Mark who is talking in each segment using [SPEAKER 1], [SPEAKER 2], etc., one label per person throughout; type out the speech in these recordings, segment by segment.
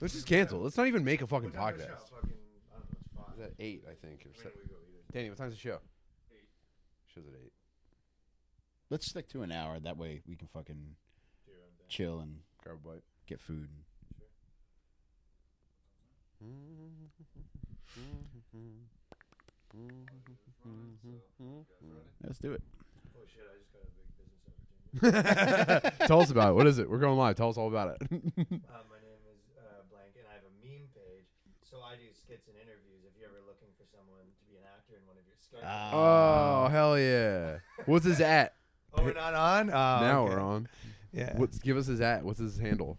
[SPEAKER 1] Let's just cancel. Let's not even make a fucking podcast.
[SPEAKER 2] Fucking, I don't know, it's five.
[SPEAKER 1] It's at eight, I think, or
[SPEAKER 2] When
[SPEAKER 1] seven.
[SPEAKER 2] do we go eat it?
[SPEAKER 1] Danny, what time's the show? Show's at eight.
[SPEAKER 3] Let's stick to an hour. That way we can fucking
[SPEAKER 2] Do you want that?
[SPEAKER 3] chill and
[SPEAKER 1] Grab a bite.
[SPEAKER 3] get food. Let's do it.
[SPEAKER 2] Holy shit, I just got a big business opportunity.
[SPEAKER 1] Tell us about it. What is it? We're going live. Tell us all about it.
[SPEAKER 2] Uh, my name is uh, Blank, and I have a meme page. So I do skits and interviews. If you're ever looking for someone to be an actor in one of your skits,
[SPEAKER 3] Ah.
[SPEAKER 1] oh hell yeah! What's his at?
[SPEAKER 2] oh, we're not on. Oh,
[SPEAKER 1] now
[SPEAKER 2] okay.
[SPEAKER 1] we're on.
[SPEAKER 2] Yeah.
[SPEAKER 1] What's give us his at? What's his handle?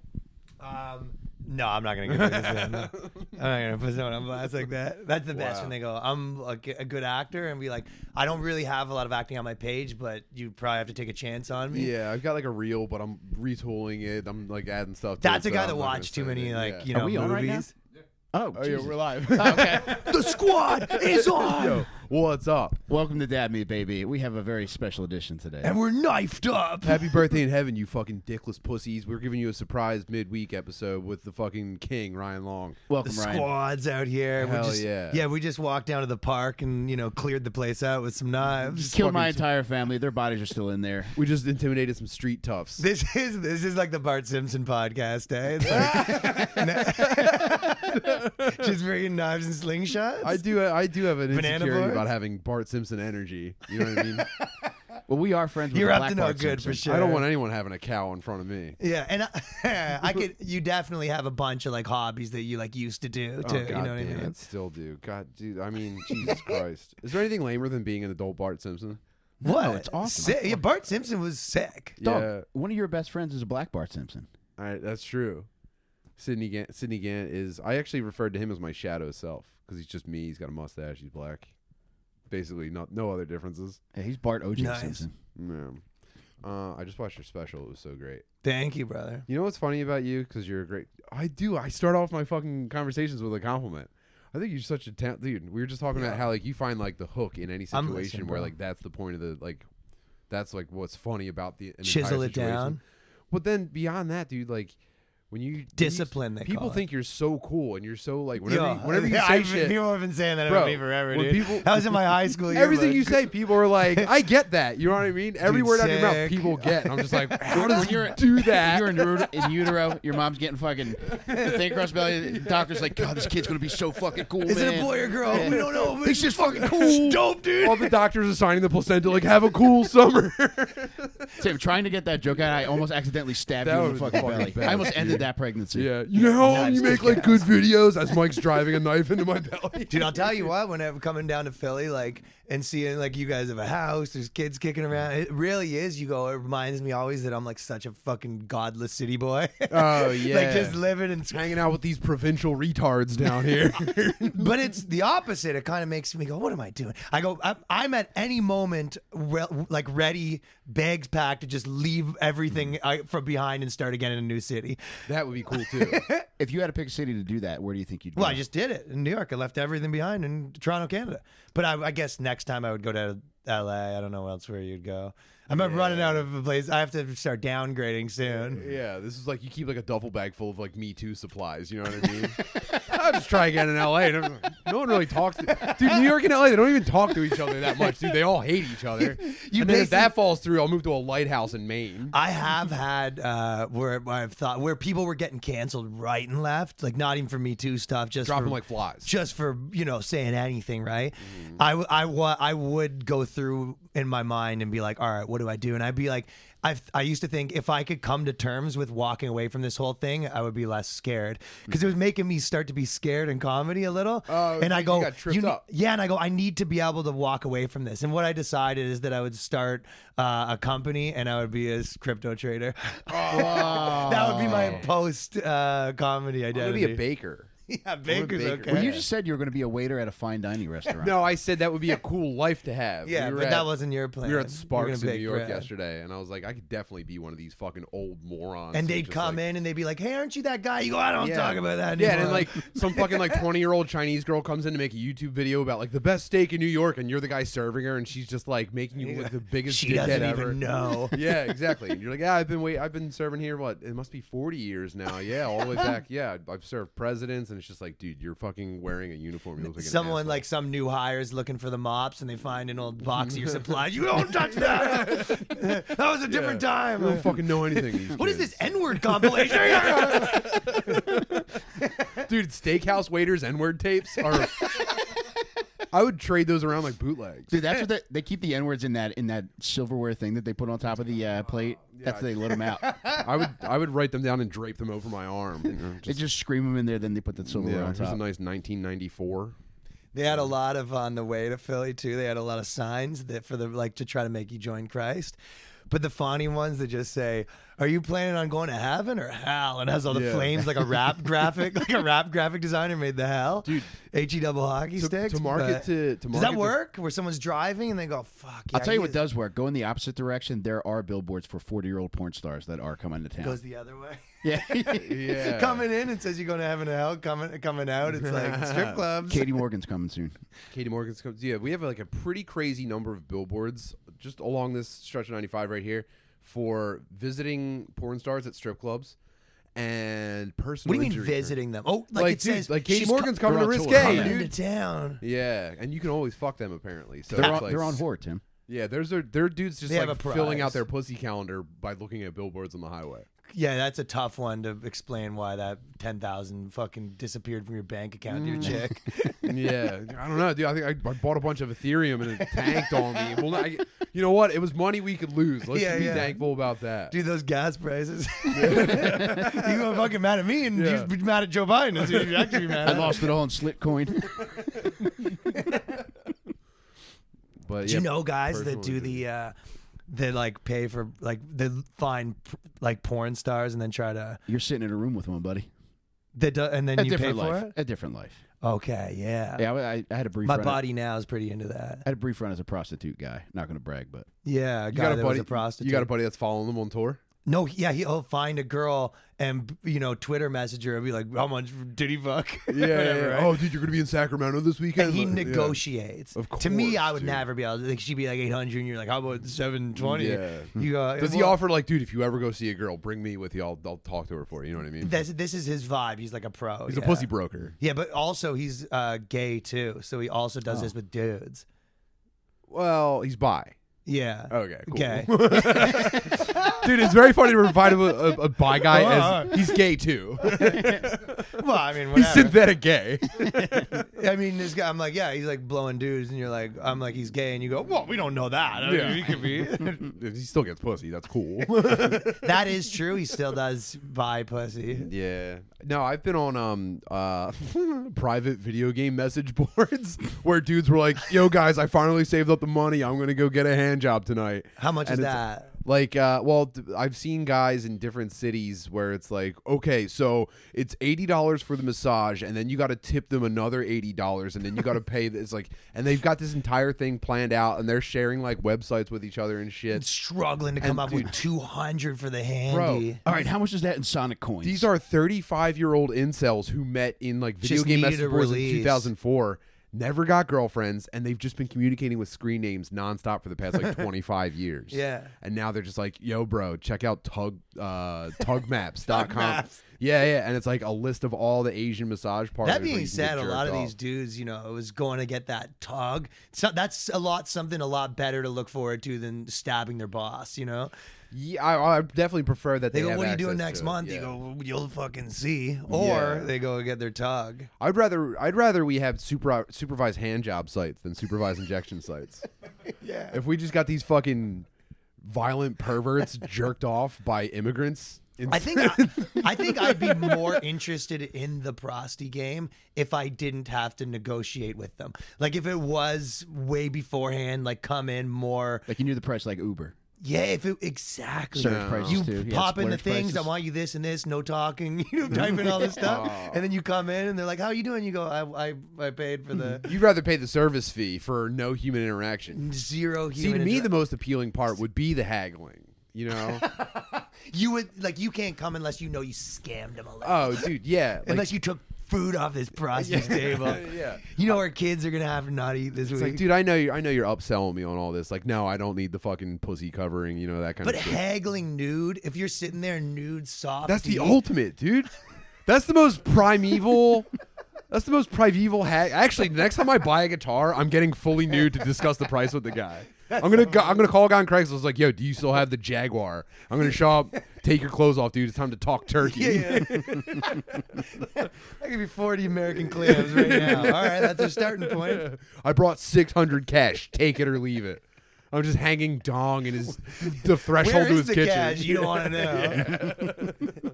[SPEAKER 2] Um, no, I'm not gonna give this. I'm not, I'm not gonna put someone on blast like that. That's the best
[SPEAKER 1] Wow.
[SPEAKER 2] when they go, "I'm a, g- a good actor," and be like, "I don't really have a lot of acting on my page, but you probably have to take a chance on me."
[SPEAKER 1] Yeah, I've got like a reel, but I'm retooling it. I'm like adding stuff. to
[SPEAKER 2] That's
[SPEAKER 1] it,
[SPEAKER 2] a guy
[SPEAKER 1] so
[SPEAKER 2] that
[SPEAKER 1] I'm not gonna
[SPEAKER 2] watched too
[SPEAKER 1] say
[SPEAKER 2] many
[SPEAKER 1] anything.
[SPEAKER 2] like
[SPEAKER 1] Yeah.
[SPEAKER 2] you know
[SPEAKER 3] Are we on right now?
[SPEAKER 2] movies.
[SPEAKER 1] Oh
[SPEAKER 3] Oh,
[SPEAKER 1] yeah,
[SPEAKER 3] Jesus.
[SPEAKER 1] we're live.
[SPEAKER 3] okay.
[SPEAKER 2] the squad is on,
[SPEAKER 1] Yo, what's up?
[SPEAKER 3] Welcome to Dad Me Baby. We have a very special edition today.
[SPEAKER 2] and we're knifed up.
[SPEAKER 1] Happy birthday in heaven, you fucking dickless pussies. We're giving you a surprise midweek episode with the fucking king, Ryan Long.
[SPEAKER 2] The
[SPEAKER 3] Welcome, Ryan.
[SPEAKER 2] squad's out here.
[SPEAKER 1] Hell
[SPEAKER 2] we just,
[SPEAKER 1] yeah.
[SPEAKER 2] we just walked down to the park and you know cleared the place out with some knives.
[SPEAKER 3] Killed my entire family. Their bodies are still in there.
[SPEAKER 1] We just intimidated some street toughs.
[SPEAKER 2] This is this is like the Bart Simpson podcast, eh? It's like- just bringing knives and slingshots.
[SPEAKER 1] I do. I do have an
[SPEAKER 2] Banana
[SPEAKER 1] insecurity
[SPEAKER 2] boards?
[SPEAKER 1] about having Bart Simpson energy. You know what I mean?
[SPEAKER 3] Well, we are friends with
[SPEAKER 2] You're
[SPEAKER 3] the
[SPEAKER 2] up
[SPEAKER 3] Black
[SPEAKER 2] to no
[SPEAKER 3] Bart
[SPEAKER 2] good for
[SPEAKER 3] Simpson.
[SPEAKER 2] sure.
[SPEAKER 1] I don't want anyone having a cow in front of me.
[SPEAKER 2] Yeah, and I, I could. You definitely have a bunch of like hobbies that you like used to do.
[SPEAKER 1] Oh,
[SPEAKER 2] Too,
[SPEAKER 1] God
[SPEAKER 2] you know what I
[SPEAKER 1] damn
[SPEAKER 2] mean?
[SPEAKER 1] it, still do. God, dude. I mean, Jesus Christ. Is there anything lamer than being an adult Bart Simpson?
[SPEAKER 2] What?
[SPEAKER 3] it's awesome.
[SPEAKER 2] Sick. Yeah, Bart Simpson was sick.
[SPEAKER 3] Dog,
[SPEAKER 1] Yeah,
[SPEAKER 3] one of your best friends is a Black Bart Simpson.
[SPEAKER 1] all right, that's true. Sydney Gant, Sydney Gant is. I actually referred to him as my shadow self because he's just me. He's got a mustache. He's black. Basically, not no other differences.
[SPEAKER 3] Yeah, he's Bart O.J.
[SPEAKER 2] Nice.
[SPEAKER 3] Simpson.
[SPEAKER 1] Yeah. Uh, I just watched your special. It was so great.
[SPEAKER 2] Thank you, brother.
[SPEAKER 1] You know what's funny about you? Because you're a great. I do. I start off my fucking conversations with a compliment. I think you're such a talent, dude. We were just talking about how like you find like the hook in any
[SPEAKER 2] I'm
[SPEAKER 1] situation
[SPEAKER 2] listening,
[SPEAKER 1] where
[SPEAKER 2] bro.
[SPEAKER 1] like that's the point of the like, that's like what's funny about the an entire
[SPEAKER 2] Chisel it
[SPEAKER 1] situation.
[SPEAKER 2] down.
[SPEAKER 1] But then beyond that, dude, like when you when you-
[SPEAKER 2] Discipline, they
[SPEAKER 1] people
[SPEAKER 2] call it.
[SPEAKER 1] think you're so cool and you're so like whenever
[SPEAKER 2] Yeah.
[SPEAKER 1] you, whenever you say
[SPEAKER 2] I've-
[SPEAKER 1] shit,
[SPEAKER 2] people have been saying that
[SPEAKER 1] Bro,
[SPEAKER 2] about me forever,
[SPEAKER 1] when
[SPEAKER 2] dude.
[SPEAKER 1] people-
[SPEAKER 2] that was in my high school.
[SPEAKER 1] everything
[SPEAKER 2] yearbook.
[SPEAKER 1] you say, people are like, I get that. You know what I mean? Every
[SPEAKER 2] Dude,
[SPEAKER 1] word out of your mouth,
[SPEAKER 2] sick.
[SPEAKER 1] people get. And I'm just like, how
[SPEAKER 3] When
[SPEAKER 1] does
[SPEAKER 3] you're-
[SPEAKER 1] you do that?
[SPEAKER 3] You're in, ut- in utero. Your mom's getting fucking thing across belly. The doctor's like, God, this kid's gonna be so fucking cool.
[SPEAKER 2] Is
[SPEAKER 3] man.
[SPEAKER 2] it a boy or girl?
[SPEAKER 3] Yeah.
[SPEAKER 2] We don't know. but
[SPEAKER 3] He's just fucking cool.
[SPEAKER 2] Dope, dude.
[SPEAKER 1] All the doctors are signing the placenta like, have a cool summer.
[SPEAKER 3] Tim, trying to get that joke out, I almost accidentally stabbed
[SPEAKER 1] That
[SPEAKER 3] you in the
[SPEAKER 1] would've
[SPEAKER 3] fucking
[SPEAKER 1] been fucking
[SPEAKER 3] belly.
[SPEAKER 1] bad,
[SPEAKER 3] I almost
[SPEAKER 1] dude.
[SPEAKER 3] ended that pregnancy.
[SPEAKER 1] Yeah, you know how
[SPEAKER 2] Knives
[SPEAKER 1] you make
[SPEAKER 2] kick
[SPEAKER 1] like good videos as Mike's driving a knife into my belly.
[SPEAKER 2] Dude, I'll tell you what. Whenever coming down to Philly, like and seeing like you guys have a house, there's kids kicking around. It really is. You go. It reminds me always that I'm like such a fucking godless city boy.
[SPEAKER 1] Oh
[SPEAKER 2] like just living and.
[SPEAKER 1] hanging out with these provincial retards down here.
[SPEAKER 2] But it's the opposite. It kind of makes me go, "What am I doing?" I go, I'm, "I'm at any moment, well, like ready, bags packed to just leave everything I, from behind and start again in a new city."
[SPEAKER 1] that would be cool too.
[SPEAKER 3] If you had to pick a city to do that, where do you think you'd go?
[SPEAKER 2] Well, I just did it in New York. I left everything behind in Toronto, Canada. But I, I guess next time I would go to LA. I don't know else where you'd go. I'm running out of a place. I have to start downgrading soon.
[SPEAKER 1] Yeah, this is like you keep like a duffel bag full of like Me Too supplies. You know what I mean? I'll just try again in L.A. And I'm like, no one really talks. To, dude, New York and L.A. They don't even talk to each other that much. Dude, they all hate each other. and then
[SPEAKER 2] basically-
[SPEAKER 1] if that falls through, I'll move to a lighthouse in Maine.
[SPEAKER 2] I have had uh, where I've thought where people were getting canceled right and left, like not even for Me Too stuff, just
[SPEAKER 1] Drop
[SPEAKER 2] for,
[SPEAKER 1] them like flies.
[SPEAKER 2] just for you know saying anything, right?
[SPEAKER 1] Mm-hmm.
[SPEAKER 2] I w- I wa- I would go through in my mind and be like, all right, what do I do? And I'd be like, I I used to think if I could come to terms with walking away from this whole thing, I would be less scared because it was making me start to be scared in comedy a little.
[SPEAKER 1] Mm-hmm. Oh,
[SPEAKER 2] and I
[SPEAKER 1] you
[SPEAKER 2] go,
[SPEAKER 1] got tripped
[SPEAKER 2] ne-
[SPEAKER 1] up."
[SPEAKER 2] yeah, and I go, I need to be able to walk away from this. And what I decided is that I would start uh, a company and I would be a crypto trader. that would be my post uh, comedy
[SPEAKER 1] Oh. I'm gonna
[SPEAKER 2] identity.
[SPEAKER 1] be a baker.
[SPEAKER 2] yeah, baker's
[SPEAKER 3] Baker.
[SPEAKER 2] okay.
[SPEAKER 3] Well, you just said you were going to be a waiter at a fine dining restaurant.
[SPEAKER 1] No, I said that would be a cool life to have.
[SPEAKER 2] yeah,
[SPEAKER 1] We were
[SPEAKER 2] but
[SPEAKER 1] at-
[SPEAKER 2] that wasn't your plan.
[SPEAKER 1] We were
[SPEAKER 2] You
[SPEAKER 1] at Sparks in
[SPEAKER 2] gonna
[SPEAKER 1] New
[SPEAKER 2] bake
[SPEAKER 1] York
[SPEAKER 2] bread.
[SPEAKER 1] yesterday, and I was like, I could definitely be one of these fucking old morons.
[SPEAKER 2] And
[SPEAKER 1] that
[SPEAKER 2] they'd
[SPEAKER 1] just,
[SPEAKER 2] come
[SPEAKER 1] like-
[SPEAKER 2] in and they'd be like, "Hey, aren't you that guy?" You go, "I don't
[SPEAKER 1] Yeah.
[SPEAKER 2] talk about that."
[SPEAKER 1] Yeah, and then,
[SPEAKER 2] anymore."
[SPEAKER 1] like some fucking like twenty year old Chinese girl comes in to make a YouTube video about like the best steak in New York, and you're the guy serving her, and she's just like making you look like the biggest
[SPEAKER 2] she
[SPEAKER 1] dickhead
[SPEAKER 2] doesn't
[SPEAKER 1] ever.
[SPEAKER 2] even know.
[SPEAKER 1] Yeah, exactly. And You're like, yeah, I've been wait, I've been serving here. What? It must be 40 years now. Yeah, all the way back. Yeah, I've served presidents, and it's just like, dude, you're fucking wearing a uniform. You look like an
[SPEAKER 2] Someone
[SPEAKER 1] asshole.
[SPEAKER 2] like some new hires looking for the mops, and they find an old box of your supplies. You don't touch that. that was a different
[SPEAKER 1] Yeah.
[SPEAKER 2] time.
[SPEAKER 1] You don't fucking know anything. these
[SPEAKER 2] What is
[SPEAKER 1] kids.
[SPEAKER 2] this N-word compilation?
[SPEAKER 1] dude? Steakhouse waiters N word tapes are. I would trade those around like bootlegs.
[SPEAKER 3] Dude, that's what they, they keep the N words in that in that silverware thing that they put on top of the uh, plate. That's how they let them out.
[SPEAKER 1] I would I would write them down and drape them over my arm. you know,
[SPEAKER 3] they
[SPEAKER 1] just,
[SPEAKER 3] just scream them in there, then they put the silverware
[SPEAKER 1] yeah,
[SPEAKER 3] on
[SPEAKER 1] here's a
[SPEAKER 3] top.
[SPEAKER 1] nice 1994.
[SPEAKER 2] They had a lot of on the way to Philly too. They had a lot of signs that for the like to try to make you join Christ. But the funny ones that just say, "Are you planning on going to heaven or hell?" and has all the
[SPEAKER 1] Yeah.
[SPEAKER 2] flames like a rap graphic, like a rap graphic designer made the hell,
[SPEAKER 1] Dude.
[SPEAKER 2] H E double hockey
[SPEAKER 1] To,
[SPEAKER 2] sticks.
[SPEAKER 1] to
[SPEAKER 2] but-
[SPEAKER 1] market to, to market
[SPEAKER 2] does that
[SPEAKER 1] to-
[SPEAKER 2] work? Where someone's driving and they go, "Fuck."
[SPEAKER 3] I'll
[SPEAKER 2] yeah,
[SPEAKER 3] tell you
[SPEAKER 2] he
[SPEAKER 3] what
[SPEAKER 2] is-"
[SPEAKER 3] does work. Go in the opposite direction. There are billboards for forty-year-old porn stars that are coming to town.
[SPEAKER 2] goes the other way.
[SPEAKER 3] yeah,
[SPEAKER 1] Yeah.
[SPEAKER 2] coming in and says you're going to heaven or hell. Coming coming out, it's like strip clubs.
[SPEAKER 3] Katie Morgan's coming soon.
[SPEAKER 1] Katie Morgan's comes. Yeah, we have like a pretty crazy number of billboards just along this stretch of 95 right here for visiting porn stars at strip clubs and personal.
[SPEAKER 2] What do you mean
[SPEAKER 1] injury attorneys.
[SPEAKER 2] visiting them? Oh, like,
[SPEAKER 1] Like,
[SPEAKER 2] it
[SPEAKER 1] dude,
[SPEAKER 2] says,
[SPEAKER 1] like Katie
[SPEAKER 2] she's
[SPEAKER 1] Morgan's
[SPEAKER 2] co-
[SPEAKER 1] coming to
[SPEAKER 3] they're on
[SPEAKER 1] Risque,
[SPEAKER 3] tour.
[SPEAKER 2] coming
[SPEAKER 1] dude.
[SPEAKER 2] into town.
[SPEAKER 1] Yeah, and you can always fuck them apparently. So
[SPEAKER 3] They're
[SPEAKER 1] it's
[SPEAKER 3] on,
[SPEAKER 1] like-
[SPEAKER 3] Uh, they're on whore, Tim.
[SPEAKER 1] Yeah, there's their their dudes just
[SPEAKER 2] They have
[SPEAKER 1] like
[SPEAKER 2] a
[SPEAKER 1] filling
[SPEAKER 2] prize.
[SPEAKER 1] out their pussy calendar by looking at billboards on the highway.
[SPEAKER 2] Yeah, that's a tough one to explain why that ten thousand fucking disappeared from your bank account to
[SPEAKER 1] Mm.
[SPEAKER 2] your check.
[SPEAKER 1] yeah, I don't know, dude. I think I, I bought a bunch of Ethereum and it tanked on me. Well, I, you know what? It was money we could lose. Let's
[SPEAKER 2] Yeah,
[SPEAKER 1] be
[SPEAKER 2] yeah.
[SPEAKER 1] thankful about that.
[SPEAKER 2] Dude, those gas prices. you gonna fucking mad at me and
[SPEAKER 1] Yeah.
[SPEAKER 2] you'd be mad at Joe Biden. That's what you'd actually be mad
[SPEAKER 3] I
[SPEAKER 2] at.
[SPEAKER 3] lost it all in Slitcoin.
[SPEAKER 1] but
[SPEAKER 2] Do
[SPEAKER 1] yeah,
[SPEAKER 2] you know guys
[SPEAKER 1] personal
[SPEAKER 2] that do
[SPEAKER 1] injury.
[SPEAKER 2] the uh that like pay for like they find p- like porn stars and then try to
[SPEAKER 3] You're sitting in a room with one, buddy.
[SPEAKER 2] that do, and then
[SPEAKER 3] A
[SPEAKER 2] you pay
[SPEAKER 3] different
[SPEAKER 2] for
[SPEAKER 3] life.
[SPEAKER 2] it.
[SPEAKER 3] A different life.
[SPEAKER 2] Okay, yeah.
[SPEAKER 3] Yeah, I, I- I had a brief.
[SPEAKER 2] My
[SPEAKER 3] run
[SPEAKER 2] body now is pretty into that.
[SPEAKER 3] I had a brief run as a prostitute guy. Not going to brag, but
[SPEAKER 2] Yeah, a
[SPEAKER 1] You
[SPEAKER 2] guy
[SPEAKER 1] got a
[SPEAKER 2] that
[SPEAKER 1] buddy.
[SPEAKER 2] was a prostitute.
[SPEAKER 1] You got a buddy that's following them on tour.
[SPEAKER 2] No, yeah, he'll find a girl and you know Twitter message her and be like, "How much did he fuck?" Whatever, right?
[SPEAKER 1] Oh, dude, you're gonna be in Sacramento this weekend.
[SPEAKER 2] and he
[SPEAKER 1] Like, yeah.
[SPEAKER 2] negotiates.
[SPEAKER 1] Of
[SPEAKER 2] to me, I
[SPEAKER 1] course,
[SPEAKER 2] would
[SPEAKER 1] dude.
[SPEAKER 2] never be able. to- Like, she'd be like eight hundred, and you're like, "How about 720?
[SPEAKER 1] Yeah.
[SPEAKER 2] You go.
[SPEAKER 1] Does he
[SPEAKER 2] well,
[SPEAKER 1] offer like, dude, if you ever go see a girl, bring me with you. I'll, I'll talk to her for you. You know what I mean?
[SPEAKER 2] This, this is his vibe. He's like a pro.
[SPEAKER 1] He's
[SPEAKER 2] yeah.
[SPEAKER 1] a pussy broker.
[SPEAKER 2] Yeah, but also he's uh, gay too, so he also
[SPEAKER 1] Oh.
[SPEAKER 2] does this with dudes.
[SPEAKER 1] Well, he's bi.
[SPEAKER 2] Yeah.
[SPEAKER 1] Okay, cool.
[SPEAKER 2] Gay.
[SPEAKER 1] Dude, it's very funny to provide him a, a, a bi guy
[SPEAKER 2] Oh,
[SPEAKER 1] as he's gay too.
[SPEAKER 2] well, I mean,
[SPEAKER 1] he's
[SPEAKER 2] whatever.
[SPEAKER 1] synthetic gay.
[SPEAKER 2] I mean, this guy. I'm like, yeah, he's like blowing dudes, and you're like, I'm like, he's gay, and you go, well, we don't know that. I mean,
[SPEAKER 1] Yeah.
[SPEAKER 2] he could be.
[SPEAKER 1] he still gets pussy. That's cool.
[SPEAKER 2] that is true. He still does buy pussy.
[SPEAKER 1] yeah. No, I've been on um uh private video game message boards where dudes were like, "Yo, guys, I finally saved up the money. I'm gonna go get a hand job tonight."
[SPEAKER 2] How much
[SPEAKER 1] And
[SPEAKER 2] is
[SPEAKER 1] it's-
[SPEAKER 2] that?
[SPEAKER 1] Like, uh, well, th- I've seen guys in different cities where it's like, okay, so it's eighty dollars for the massage, and then you got to tip them another eighty dollars, and then you got to pay. It's like, and they've got this entire thing planned out, and they're sharing like websites with each other and shit.
[SPEAKER 2] Struggling to come up with 200 for the handy.
[SPEAKER 1] Bro,
[SPEAKER 3] all right. How much is that in Sonic coins?
[SPEAKER 1] These are thirty-five year old incels who met in like video
[SPEAKER 2] Just
[SPEAKER 1] game
[SPEAKER 2] needed
[SPEAKER 1] message
[SPEAKER 2] a
[SPEAKER 1] boards in
[SPEAKER 2] release.
[SPEAKER 1] two thousand four. Never got girlfriends, and they've just been communicating with screen names nonstop for the past like twenty five years.
[SPEAKER 2] Yeah.
[SPEAKER 1] and now they're just like, "Yo, bro, check out tug uh, tugmaps.com." Yeah, yeah, and it's like a list of all the Asian massage parlors.
[SPEAKER 2] That
[SPEAKER 1] where
[SPEAKER 2] being
[SPEAKER 1] you can get
[SPEAKER 2] said, a lot of
[SPEAKER 1] jerked
[SPEAKER 2] these
[SPEAKER 1] off.
[SPEAKER 2] dudes, you know, was going to get that tug. So that's a lot, something a lot better to look forward to than stabbing their boss. You know,
[SPEAKER 1] yeah, I, I definitely prefer that.
[SPEAKER 2] they,
[SPEAKER 1] They,
[SPEAKER 2] go,
[SPEAKER 1] have
[SPEAKER 2] "What are you doing
[SPEAKER 1] access
[SPEAKER 2] next
[SPEAKER 1] to it."
[SPEAKER 2] month?"
[SPEAKER 1] Yeah.
[SPEAKER 2] You go, "Well, "You'll fucking see," or
[SPEAKER 1] Yeah.
[SPEAKER 2] they go get their tug.
[SPEAKER 1] I'd rather I'd rather we have super, supervised hand job sites than supervised injection sites.
[SPEAKER 2] Yeah.
[SPEAKER 1] If we just got these fucking violent perverts jerked off by immigrants, in-
[SPEAKER 2] I think I, I think I'd be more interested in the prosty game if I didn't have to negotiate with them. Like if it was way beforehand, like come in more.
[SPEAKER 3] like you knew the price, like Uber.
[SPEAKER 2] Yeah, if it exactly
[SPEAKER 3] Surge
[SPEAKER 1] Yeah.
[SPEAKER 3] prices
[SPEAKER 2] you
[SPEAKER 3] too. Yeah,
[SPEAKER 2] pop in the
[SPEAKER 3] splurge
[SPEAKER 2] things.
[SPEAKER 3] prices.
[SPEAKER 2] I want you this and this. No talking. You type in all this stuff, and then you come in and they're like, "How you doing?" You go, "I I, I paid for the
[SPEAKER 1] You'd rather pay the service fee for no human interaction.
[SPEAKER 2] zero
[SPEAKER 1] See, to
[SPEAKER 2] human."
[SPEAKER 1] me,
[SPEAKER 2] intera-
[SPEAKER 1] the most appealing part would be the haggling. You know?
[SPEAKER 2] you would like you can't come unless you know you scammed them a little,
[SPEAKER 1] oh, dude, yeah. Like,
[SPEAKER 2] unless you took food off this prostitute's table.
[SPEAKER 1] yeah.
[SPEAKER 2] You know our kids are gonna have to not eat this
[SPEAKER 1] It's
[SPEAKER 2] week.
[SPEAKER 1] like, dude, I know you're, I know you're upselling me on all this. Like, no, I don't need the fucking pussy covering. You know that kind
[SPEAKER 2] but
[SPEAKER 1] of shit.
[SPEAKER 2] haggling nude, if you're sitting there nude, soft,
[SPEAKER 1] That's
[SPEAKER 2] to
[SPEAKER 1] the
[SPEAKER 2] eat,
[SPEAKER 1] ultimate, dude. That's the most primeval. that's the most primeval hack. Actually, next time I buy a guitar, I'm getting fully nude to discuss the price with the guy. I'm gonna go, I'm gonna call a guy on Craigslist like, yo, do you still have the Jaguar? I'm gonna show up, take your clothes off, dude. It's time to talk turkey.
[SPEAKER 2] Yeah, yeah. I give you 40 American clams right now. All right, that's our starting point.
[SPEAKER 1] I brought 600 cash. Take it or leave it. I'm just hanging dong in his the threshold
[SPEAKER 2] Where
[SPEAKER 1] to
[SPEAKER 2] is
[SPEAKER 1] his
[SPEAKER 2] the
[SPEAKER 1] kitchen. Uh,
[SPEAKER 2] cash? You don't want to know.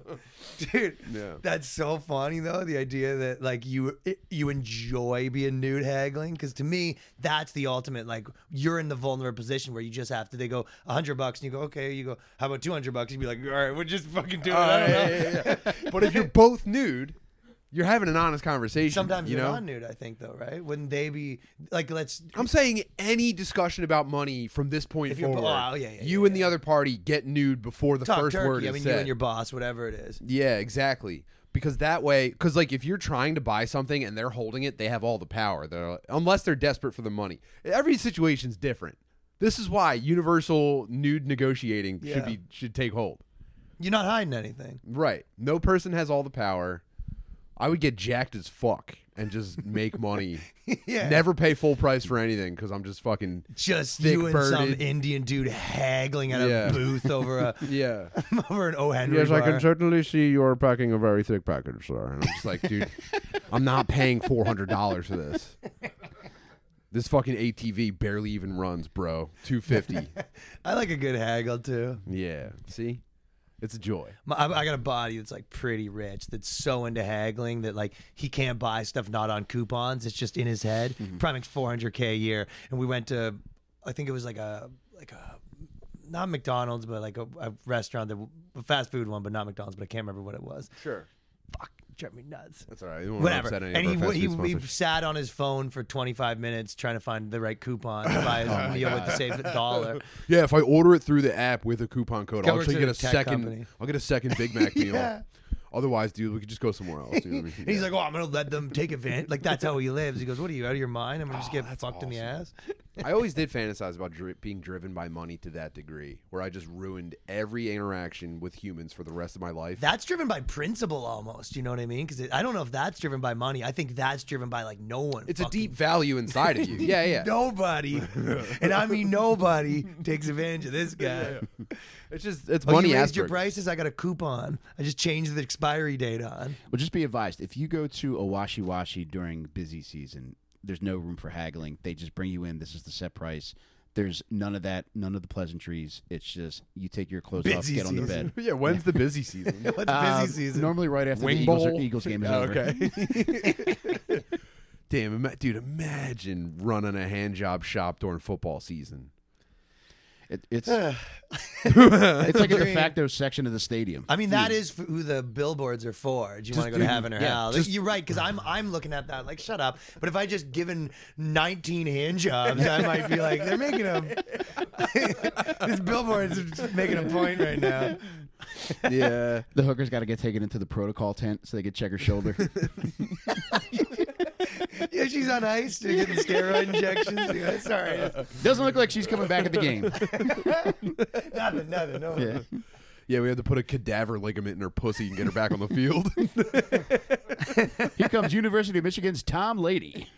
[SPEAKER 2] Dude,
[SPEAKER 1] Yeah.
[SPEAKER 2] that's so funny though. The idea that like you you enjoy being nude haggling because to me that's the ultimate. Like you're in the vulnerable position where you just have to. They go hundred bucks and you go okay. You go how about two hundred bucks? You'd be like all right, we're just fucking doing it. I
[SPEAKER 1] Uh,
[SPEAKER 2] don't know.
[SPEAKER 1] but if you're both nude, you're having an honest conversation.
[SPEAKER 2] Sometimes
[SPEAKER 1] you
[SPEAKER 2] you're
[SPEAKER 1] know?
[SPEAKER 2] not nude. I think though, right? Wouldn't they be like let's
[SPEAKER 1] I'm saying any discussion about money from this point
[SPEAKER 2] If you're-
[SPEAKER 1] forward,
[SPEAKER 2] oh, yeah, yeah,
[SPEAKER 1] you
[SPEAKER 2] yeah,
[SPEAKER 1] and the other party get nude before the
[SPEAKER 2] talk
[SPEAKER 1] first
[SPEAKER 2] turkey?
[SPEAKER 1] word
[SPEAKER 2] I
[SPEAKER 1] is
[SPEAKER 2] mean,
[SPEAKER 1] said.
[SPEAKER 2] you and your boss, whatever it is.
[SPEAKER 1] yeah, exactly. Because that way, because like if you're trying to buy something and they're holding it, they have all the power. They're, unless they're desperate for the money. Every situation's different. This is why universal nude negotiating
[SPEAKER 2] Yeah.
[SPEAKER 1] should be should take hold.
[SPEAKER 2] You're not hiding anything.
[SPEAKER 1] Right. No person has all the power. I would get jacked as fuck and just make money.
[SPEAKER 2] Yeah.
[SPEAKER 1] Never pay full price for anything because I'm just fucking
[SPEAKER 2] Just
[SPEAKER 1] Thick
[SPEAKER 2] you and some
[SPEAKER 1] birded.
[SPEAKER 2] Indian dude haggling at
[SPEAKER 1] Yeah.
[SPEAKER 2] a booth over a
[SPEAKER 1] yeah.
[SPEAKER 2] over an O Henry
[SPEAKER 1] Yes, I
[SPEAKER 2] bar.
[SPEAKER 1] can certainly see you're packing a very thick package, sir. And I'm just like, dude, I'm not paying four hundred dollars for this. This fucking ATV barely even runs, bro. Two fifty.
[SPEAKER 2] I like a good haggle too.
[SPEAKER 1] yeah. See, it's a joy.
[SPEAKER 2] My, I, I got a body that's like pretty rich. That's so into haggling that like he can't buy stuff not on coupons. It's just in his head.
[SPEAKER 1] Mm-hmm.
[SPEAKER 2] Probably makes 400k a year. And we went to, I think it was like a like a not McDonald's, but like a, a restaurant that a fast food one, but not McDonald's. But I can't remember what it was.
[SPEAKER 1] Sure.
[SPEAKER 2] Fuck, drive me nuts.
[SPEAKER 1] That's all right. We won't
[SPEAKER 2] Whatever.
[SPEAKER 1] upset any of
[SPEAKER 2] And
[SPEAKER 1] our
[SPEAKER 2] he,
[SPEAKER 1] fast
[SPEAKER 2] he,
[SPEAKER 1] food
[SPEAKER 2] he
[SPEAKER 1] sponsors.
[SPEAKER 2] sat on his phone for 25 minutes trying to find the right coupon to buy his
[SPEAKER 1] Oh,
[SPEAKER 2] meal with the save dollar.
[SPEAKER 1] Yeah, if I order it through the app with a coupon code, I'll
[SPEAKER 2] Go
[SPEAKER 1] actually
[SPEAKER 2] to
[SPEAKER 1] get
[SPEAKER 2] the
[SPEAKER 1] a
[SPEAKER 2] tech
[SPEAKER 1] second.
[SPEAKER 2] company.
[SPEAKER 1] I'll get a second Big Mac meal.
[SPEAKER 2] Yeah.
[SPEAKER 1] Otherwise, dude, we could just go somewhere else. dude. I mean,
[SPEAKER 2] And he's
[SPEAKER 1] yeah.
[SPEAKER 2] like, "Oh, I'm gonna let them take advantage." Like that's how he lives. He goes, "What are you out of your mind? I'm gonna
[SPEAKER 1] Oh,
[SPEAKER 2] just get fucked in the ass."
[SPEAKER 1] I always did fantasize about dri- being driven by money to that degree, where I just ruined every interaction with humans for the rest of my life.
[SPEAKER 2] That's driven by principle, almost. You know what I mean? Because I don't know if that's driven by money. I think that's driven by like no one.
[SPEAKER 1] it's a
[SPEAKER 2] fucking-
[SPEAKER 1] deep value inside of you. Yeah, yeah.
[SPEAKER 2] Nobody, and I mean nobody, takes advantage of this guy.
[SPEAKER 1] It's just it's
[SPEAKER 2] Oh,
[SPEAKER 1] money
[SPEAKER 2] you raised your
[SPEAKER 1] aspect.
[SPEAKER 2] prices. I got a coupon. I just changed the expiry date on.
[SPEAKER 3] Well, just be advised if you go to a washi washi during busy season, there's no room for haggling. They just bring you in. This is the set price. There's none of that, none of the pleasantries. It's just you take your clothes off,
[SPEAKER 2] Busy
[SPEAKER 3] get on the
[SPEAKER 2] season.
[SPEAKER 3] bed.
[SPEAKER 1] yeah, when's the busy season?
[SPEAKER 2] What's
[SPEAKER 3] Uh,
[SPEAKER 2] busy season?
[SPEAKER 3] Normally, right after
[SPEAKER 1] Wing
[SPEAKER 3] the Eagles,
[SPEAKER 1] bowl?
[SPEAKER 3] or Eagles game is
[SPEAKER 1] Oh,
[SPEAKER 3] over.
[SPEAKER 1] okay. Damn, ima- dude! Imagine running a hand job shop during football season.
[SPEAKER 3] It, it's it's like a de facto section of the stadium.
[SPEAKER 2] I mean, that is f- who the billboards are for. Do you want to go to heaven or hell? You're right, because I'm I'm looking at that like, shut up. But if I just given 19 hand jobs, I might be like, they're making a this billboard's making a point right now.
[SPEAKER 1] Yeah,
[SPEAKER 3] The hooker's got to get taken into the protocol tent so they could check her shoulder.
[SPEAKER 2] Yeah, she's on ice. She's getting steroid injections. Yeah, sorry,
[SPEAKER 3] Doesn't look like she's coming back at the game.
[SPEAKER 2] nothing, nothing, no.
[SPEAKER 3] Yeah.
[SPEAKER 1] yeah. We had to put a cadaver ligament in her pussy and get her back on the field.
[SPEAKER 3] Here comes University of Michigan's Tom Lady.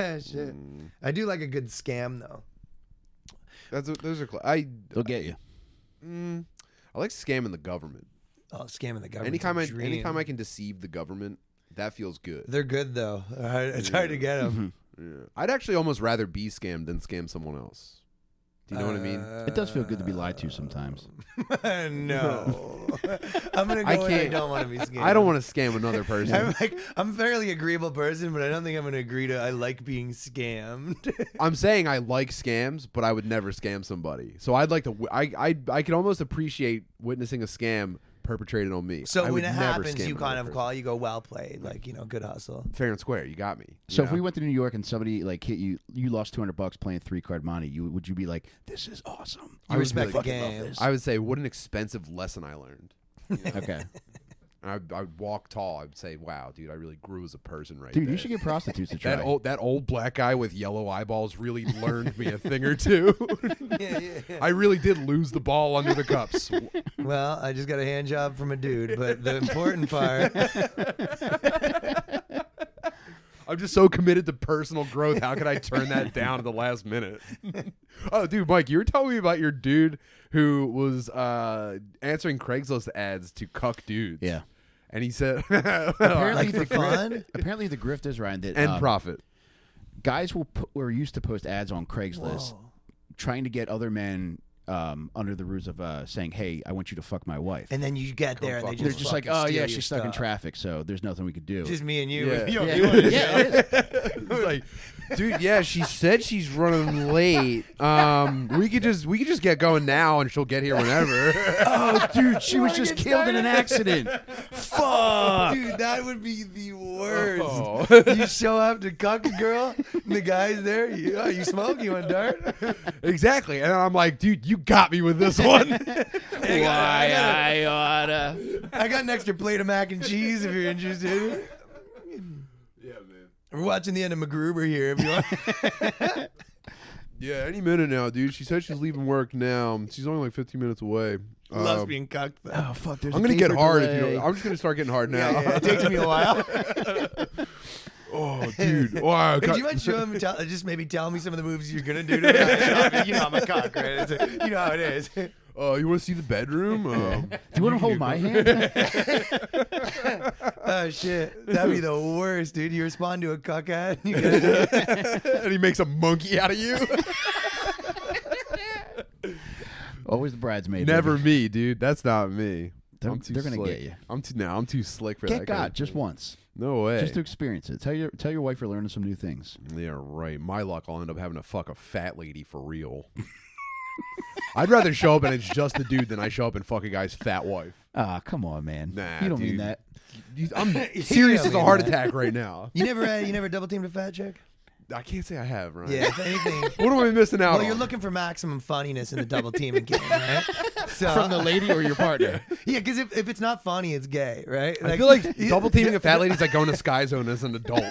[SPEAKER 2] Shit. I do like a good scam though.
[SPEAKER 1] That's what, those are. Cl- I
[SPEAKER 3] They'll get you.
[SPEAKER 1] I like scamming the government.
[SPEAKER 2] Oh, scamming the government.
[SPEAKER 1] Anytime I
[SPEAKER 2] dream.
[SPEAKER 1] anytime I can deceive the government, that feels good.
[SPEAKER 2] They're good though. It's hard to get them.
[SPEAKER 1] I'd actually almost rather be scammed than scam someone else. Do you know what I mean?
[SPEAKER 2] Uh,
[SPEAKER 3] It does feel good to be lied to sometimes.
[SPEAKER 2] no, I'm gonna go.
[SPEAKER 1] I
[SPEAKER 2] I, I
[SPEAKER 1] can't-
[SPEAKER 2] don't want to be scammed.
[SPEAKER 1] I don't want to scam another person.
[SPEAKER 2] I'm like I'm a fairly agreeable person, but I don't think I'm gonna agree to. I like being scammed.
[SPEAKER 1] I'm saying I like scams, but I would never scam somebody. So I'd like to. w- I I I could almost appreciate witnessing a scam perpetrated on me.
[SPEAKER 2] so
[SPEAKER 1] I
[SPEAKER 2] when
[SPEAKER 1] would
[SPEAKER 2] it
[SPEAKER 1] never
[SPEAKER 2] happens,
[SPEAKER 1] scam
[SPEAKER 2] you
[SPEAKER 1] another
[SPEAKER 2] kind of
[SPEAKER 1] person.
[SPEAKER 2] call. You go, well played, like you know, good hustle.
[SPEAKER 1] fair and square. You got me. you
[SPEAKER 3] So if
[SPEAKER 1] know?
[SPEAKER 3] we went to New York and somebody like hit you, you lost two hundred bucks playing three card money. You would you be like, "This is awesome"?
[SPEAKER 2] You respect the
[SPEAKER 3] fucking love
[SPEAKER 2] game.
[SPEAKER 3] this."
[SPEAKER 1] I would say, what an expensive lesson I learned.
[SPEAKER 3] okay,
[SPEAKER 1] And I would- I would walk tall. I would say, wow, dude, I really grew as a person right
[SPEAKER 3] dude,
[SPEAKER 1] there.
[SPEAKER 3] you should get prostitutes to try.
[SPEAKER 1] that old that old black guy with yellow eyeballs really learned me a thing or two.
[SPEAKER 2] yeah, yeah, yeah.
[SPEAKER 1] I really did lose the ball under the cups.
[SPEAKER 2] Well, I just got a hand job from a dude, but the important part.
[SPEAKER 1] I'm just so committed to personal growth. How could I turn that down at the last minute? oh, dude, Mike, you were telling me about your dude who was uh, answering Craigslist ads to cuck dudes.
[SPEAKER 3] Yeah.
[SPEAKER 1] And he said,
[SPEAKER 3] apparently,
[SPEAKER 2] Like for
[SPEAKER 3] the grift,
[SPEAKER 2] fun?
[SPEAKER 3] apparently the grift is Ryan that
[SPEAKER 1] and
[SPEAKER 3] um,
[SPEAKER 1] profit.
[SPEAKER 3] guys will put, were used to post ads on Craigslist,
[SPEAKER 2] Whoa.
[SPEAKER 3] trying to get other men um, under the ruse of uh, saying, "Hey, I want you to fuck my wife."
[SPEAKER 2] And then you get there, and
[SPEAKER 1] fuck
[SPEAKER 2] they
[SPEAKER 1] with
[SPEAKER 2] just
[SPEAKER 1] me.
[SPEAKER 3] They're just like,
[SPEAKER 2] fucking
[SPEAKER 3] "Oh
[SPEAKER 2] steal
[SPEAKER 3] yeah,
[SPEAKER 2] your
[SPEAKER 3] she's stuck in
[SPEAKER 2] stuff."
[SPEAKER 3] traffic, so there's nothing we could do."
[SPEAKER 2] Just me and you.
[SPEAKER 1] Yeah.
[SPEAKER 2] You
[SPEAKER 3] yeah,
[SPEAKER 2] you wanna
[SPEAKER 3] yeah, it is.
[SPEAKER 1] like, dude, yeah, she said she's running late. Um, we could just we could just get going now, and she'll get here whenever.
[SPEAKER 3] oh, dude, she was just killed in an accident. Fuck.
[SPEAKER 2] Dude, that would be the worst.
[SPEAKER 1] Oh.
[SPEAKER 2] you show up to cock a girl, and the guy's there. You, oh, you smoke? You want dart?
[SPEAKER 1] exactly. And I'm like, dude, you got me with this one.
[SPEAKER 2] Why
[SPEAKER 3] I oughta.
[SPEAKER 2] I got an extra plate of mac and cheese if you're interested.
[SPEAKER 1] yeah, man.
[SPEAKER 2] We're watching the end of MacGruber here. If you want.
[SPEAKER 1] Yeah, any minute now, dude. She said she's leaving work now. She's only like 15 minutes away.
[SPEAKER 2] Loves
[SPEAKER 1] Um,
[SPEAKER 2] being cucked. though.
[SPEAKER 3] Oh fuck! There's
[SPEAKER 1] I'm
[SPEAKER 3] a
[SPEAKER 1] gonna get
[SPEAKER 3] paper
[SPEAKER 1] hard. If you
[SPEAKER 3] delay.
[SPEAKER 1] don't, I'm just gonna start getting hard now.
[SPEAKER 2] Yeah, yeah, it takes me a while.
[SPEAKER 1] oh, dude. Wow.
[SPEAKER 2] Could you mind showing me, tell, just maybe tell me some of the moves you're gonna do to me? I mean, you know I'm a cock, right? It's a- you know how it is.
[SPEAKER 1] Uh, you want to see the bedroom? Um,
[SPEAKER 3] Do you want to hold my hand?
[SPEAKER 2] Oh shit, that'd be the worst, dude. You respond to a cuck ad, and you get
[SPEAKER 1] and he makes a monkey out of you.
[SPEAKER 3] Always the bridesmaid.
[SPEAKER 1] Never
[SPEAKER 3] baby.
[SPEAKER 1] me, dude. That's not me.
[SPEAKER 3] They're-
[SPEAKER 1] I'm too
[SPEAKER 3] they're gonna
[SPEAKER 1] slick.
[SPEAKER 3] get you.
[SPEAKER 1] I'm too now. I'm too slick for
[SPEAKER 3] get
[SPEAKER 1] that. kind of
[SPEAKER 3] God just
[SPEAKER 1] thing.
[SPEAKER 3] once,
[SPEAKER 1] No way.
[SPEAKER 3] just to experience it. Tell your tell your wife you're learning some new things.
[SPEAKER 1] yeah, right. My luck, I'll end up having to fuck a fat lady for real. I'd rather show up and it's just the dude than I show up and fuck a guy's fat wife.
[SPEAKER 3] Ah, come on, man.
[SPEAKER 1] Nah,
[SPEAKER 3] you don't mean
[SPEAKER 1] dude.
[SPEAKER 3] that.
[SPEAKER 1] You- I'm serious as a
[SPEAKER 2] mean
[SPEAKER 1] heart
[SPEAKER 2] that.
[SPEAKER 1] attack right now.
[SPEAKER 2] You never, uh, you never double teamed a fat chick.
[SPEAKER 1] I can't say I have, right?
[SPEAKER 2] Yeah, if anything.
[SPEAKER 1] What am I missing out
[SPEAKER 2] Well, you're
[SPEAKER 1] on?
[SPEAKER 2] looking for maximum funniness in the double teaming game, right? So,
[SPEAKER 3] From the lady or your partner?
[SPEAKER 2] yeah, because if, if it's not funny, it's gay, right?
[SPEAKER 1] I feel like double teaming a fat lady is like going to Sky Zone as an adult.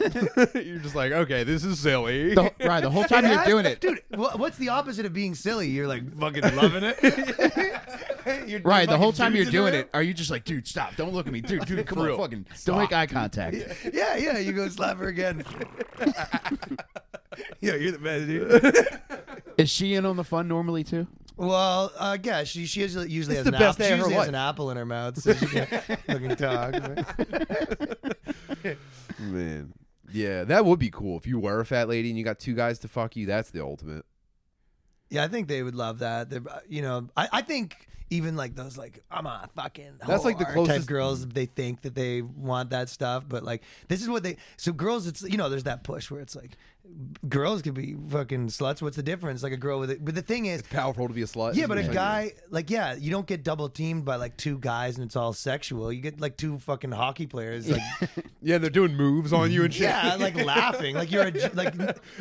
[SPEAKER 1] you're just like, okay, this is silly.
[SPEAKER 3] The, right. The whole time you're
[SPEAKER 2] has-
[SPEAKER 3] doing it.
[SPEAKER 2] dude. wha- What's the opposite of being silly? You're like fucking loving it, You're
[SPEAKER 3] Right, the whole
[SPEAKER 2] fucking
[SPEAKER 3] time you're
[SPEAKER 2] dudes in the
[SPEAKER 3] doing
[SPEAKER 2] room.
[SPEAKER 3] it, are you just like, dude, stop, don't look at me, dude, dude, come
[SPEAKER 1] For
[SPEAKER 3] on,
[SPEAKER 1] real.
[SPEAKER 3] fucking, don't make eye contact.
[SPEAKER 2] Yeah, yeah. You go slap her again. Yo, you're the best, dude.
[SPEAKER 3] Is she in on the fun normally too?
[SPEAKER 2] Well, uh, yeah, she she has, usually
[SPEAKER 1] It's
[SPEAKER 2] has
[SPEAKER 1] the
[SPEAKER 2] an
[SPEAKER 1] best
[SPEAKER 2] apple.
[SPEAKER 1] day
[SPEAKER 2] She
[SPEAKER 1] of her
[SPEAKER 2] usually
[SPEAKER 1] life.
[SPEAKER 2] has an apple in her mouth, so she can fucking talk.
[SPEAKER 1] Man. Yeah, that would be cool if you were a fat lady and you got two guys to fuck you. That's the ultimate.
[SPEAKER 2] Yeah, I think they would love that. They're, uh, you know, I, I think even like those like I'm a fucking
[SPEAKER 1] That's, like, the
[SPEAKER 2] whore
[SPEAKER 1] closest-
[SPEAKER 2] type girls. They think that they want that stuff, but like this is what they. So girls, it's you know, there's that push where it's like girls could be fucking sluts. What's the difference? Like a girl with it, but the thing is.
[SPEAKER 1] Powerful to be a slut.
[SPEAKER 2] Yeah, but a
[SPEAKER 1] Like,
[SPEAKER 2] guy like yeah, you don't get double teamed by like two guys and it's all sexual. You get like two fucking hockey players like
[SPEAKER 1] Yeah, they're doing moves on you and shit.
[SPEAKER 2] yeah, like laughing. Like you're a, j- like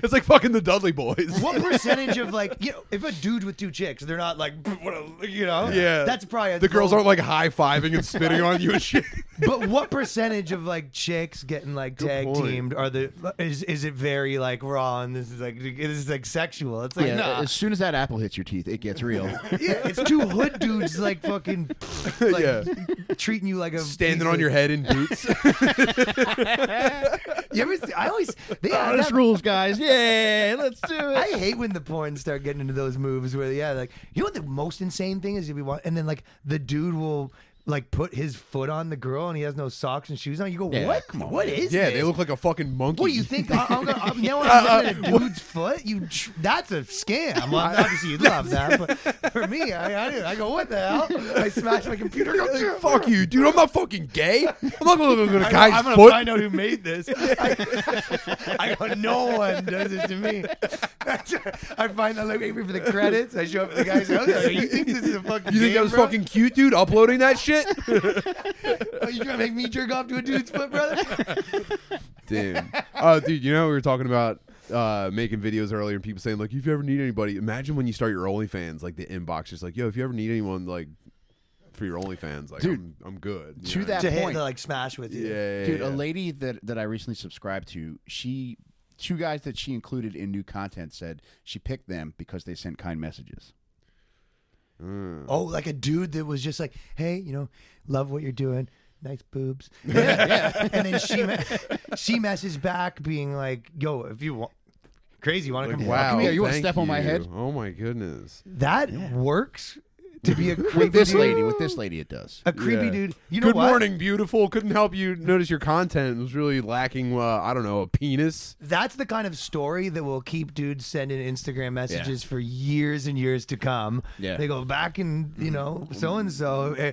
[SPEAKER 1] It's like fucking the Dudley boys.
[SPEAKER 2] what percentage of like you know if a dude with two chicks they're not like what a, you know
[SPEAKER 1] Yeah.
[SPEAKER 2] that's probably a
[SPEAKER 1] The girls
[SPEAKER 2] low-
[SPEAKER 1] aren't like high fiving and spitting on you and shit.
[SPEAKER 2] but what percentage of like chicks getting like tag
[SPEAKER 1] point.
[SPEAKER 2] teamed are the is is it very like raw and this is like this is like sexual it's like
[SPEAKER 3] Yeah,
[SPEAKER 2] nah.
[SPEAKER 3] As soon as that apple hits your teeth, it gets real.
[SPEAKER 2] yeah, it's two hood dudes like fucking like
[SPEAKER 1] Yeah.
[SPEAKER 2] treating you like a
[SPEAKER 1] Standing
[SPEAKER 2] piece
[SPEAKER 1] on
[SPEAKER 2] of-
[SPEAKER 1] your head in boots.
[SPEAKER 2] You ever see- I always they
[SPEAKER 3] Ah,
[SPEAKER 2] have
[SPEAKER 3] this
[SPEAKER 2] that
[SPEAKER 3] rules, guys. Yeah, let's do it.
[SPEAKER 2] I hate when the porn start getting into those moves where yeah, like you know what the most insane thing is you'll be wa- and then like the dude will like put his foot on the girl and he has no socks and shoes on. You go,
[SPEAKER 3] Yeah,
[SPEAKER 2] what?
[SPEAKER 3] come on,
[SPEAKER 2] what
[SPEAKER 3] man."
[SPEAKER 2] is
[SPEAKER 1] Yeah,
[SPEAKER 2] this?
[SPEAKER 1] they look like a fucking monkey.
[SPEAKER 2] What do you think? I, I'm gonna, I'm, now I'm in a dude's foot. You, tr- that's a scam. Well, obviously, you love that, but for me, I, I, do. I go, what the hell? I smash my computer. Go,
[SPEAKER 1] Like, fuck you, dude. I'm not fucking gay. I'm not gonna look at a
[SPEAKER 2] I
[SPEAKER 1] guy's
[SPEAKER 2] am gonna
[SPEAKER 1] foot.
[SPEAKER 2] find out who made this. I, I go, no one does this to me. I find out like waiting for the credits. I show up at the guy's house. Like, you think this is a fucking?
[SPEAKER 1] you think
[SPEAKER 2] game,
[SPEAKER 1] that was
[SPEAKER 2] bro?
[SPEAKER 1] fucking cute, dude? Uploading that shit?
[SPEAKER 2] Are you trying to make me jerk off to a dude's foot, brother?
[SPEAKER 1] Damn. Oh, dude, you know we were talking about uh, making videos earlier, and people saying like, if you ever need anybody, imagine when you start your OnlyFans, like the inbox, just like, yo, if you ever need anyone, like for your OnlyFans, like,
[SPEAKER 3] Dude,
[SPEAKER 1] I'm, I'm good. You
[SPEAKER 3] to
[SPEAKER 1] know what I
[SPEAKER 3] that
[SPEAKER 2] to hit
[SPEAKER 3] point.
[SPEAKER 2] the like smash with
[SPEAKER 1] mean?
[SPEAKER 2] you.
[SPEAKER 1] yeah, yeah,
[SPEAKER 3] Dude,
[SPEAKER 1] yeah.
[SPEAKER 3] a lady that, that I recently subscribed to, she two guys that she included in new content said she picked them because they sent kind messages.
[SPEAKER 2] Oh, like a dude that was just like, "Hey, you know, love what you're doing, nice boobs." And then she me- she messaged back, being like, "Yo, if you want, crazy, you want to come?
[SPEAKER 1] Wow,
[SPEAKER 3] Come here, you wanna
[SPEAKER 1] want to
[SPEAKER 3] step on my head?
[SPEAKER 1] Oh my goodness.
[SPEAKER 2] That works to be a creepy
[SPEAKER 3] With this
[SPEAKER 2] dude.
[SPEAKER 3] lady, with this lady, it does.
[SPEAKER 2] a creepy
[SPEAKER 1] Yeah.
[SPEAKER 2] dude. You know
[SPEAKER 1] Good
[SPEAKER 2] what?
[SPEAKER 1] morning, beautiful. Couldn't help you notice your content was really lacking. Uh, I don't know, a penis.
[SPEAKER 2] That's the kind of story that will keep dudes sending Instagram messages for years and years to come.
[SPEAKER 3] Yeah.
[SPEAKER 2] They go back and you know so and so.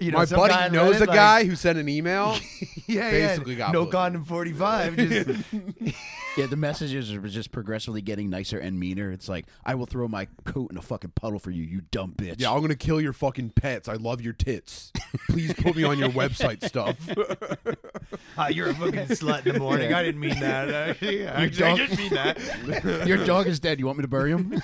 [SPEAKER 2] You know,
[SPEAKER 1] my
[SPEAKER 2] some guy on
[SPEAKER 1] buddy knows
[SPEAKER 2] Reddit,
[SPEAKER 1] a
[SPEAKER 2] like-
[SPEAKER 1] guy who sent an email.
[SPEAKER 2] yeah,
[SPEAKER 1] basically
[SPEAKER 2] yeah,
[SPEAKER 1] got
[SPEAKER 2] no
[SPEAKER 1] bloated.
[SPEAKER 2] condom forty five. Just
[SPEAKER 3] Yeah, the messages are just progressively getting nicer and meaner. It's like, I will throw my coat in a fucking puddle for you, you dumb bitch.
[SPEAKER 1] yeah, I'm gonna kill your fucking pets. I love your tits. Please put me on your website stuff.
[SPEAKER 2] Ah, you're a fucking slut in the morning. I didn't mean that. Actually, I
[SPEAKER 3] dumb.
[SPEAKER 2] didn't mean that.
[SPEAKER 3] Your dog is dead. You want me to bury him?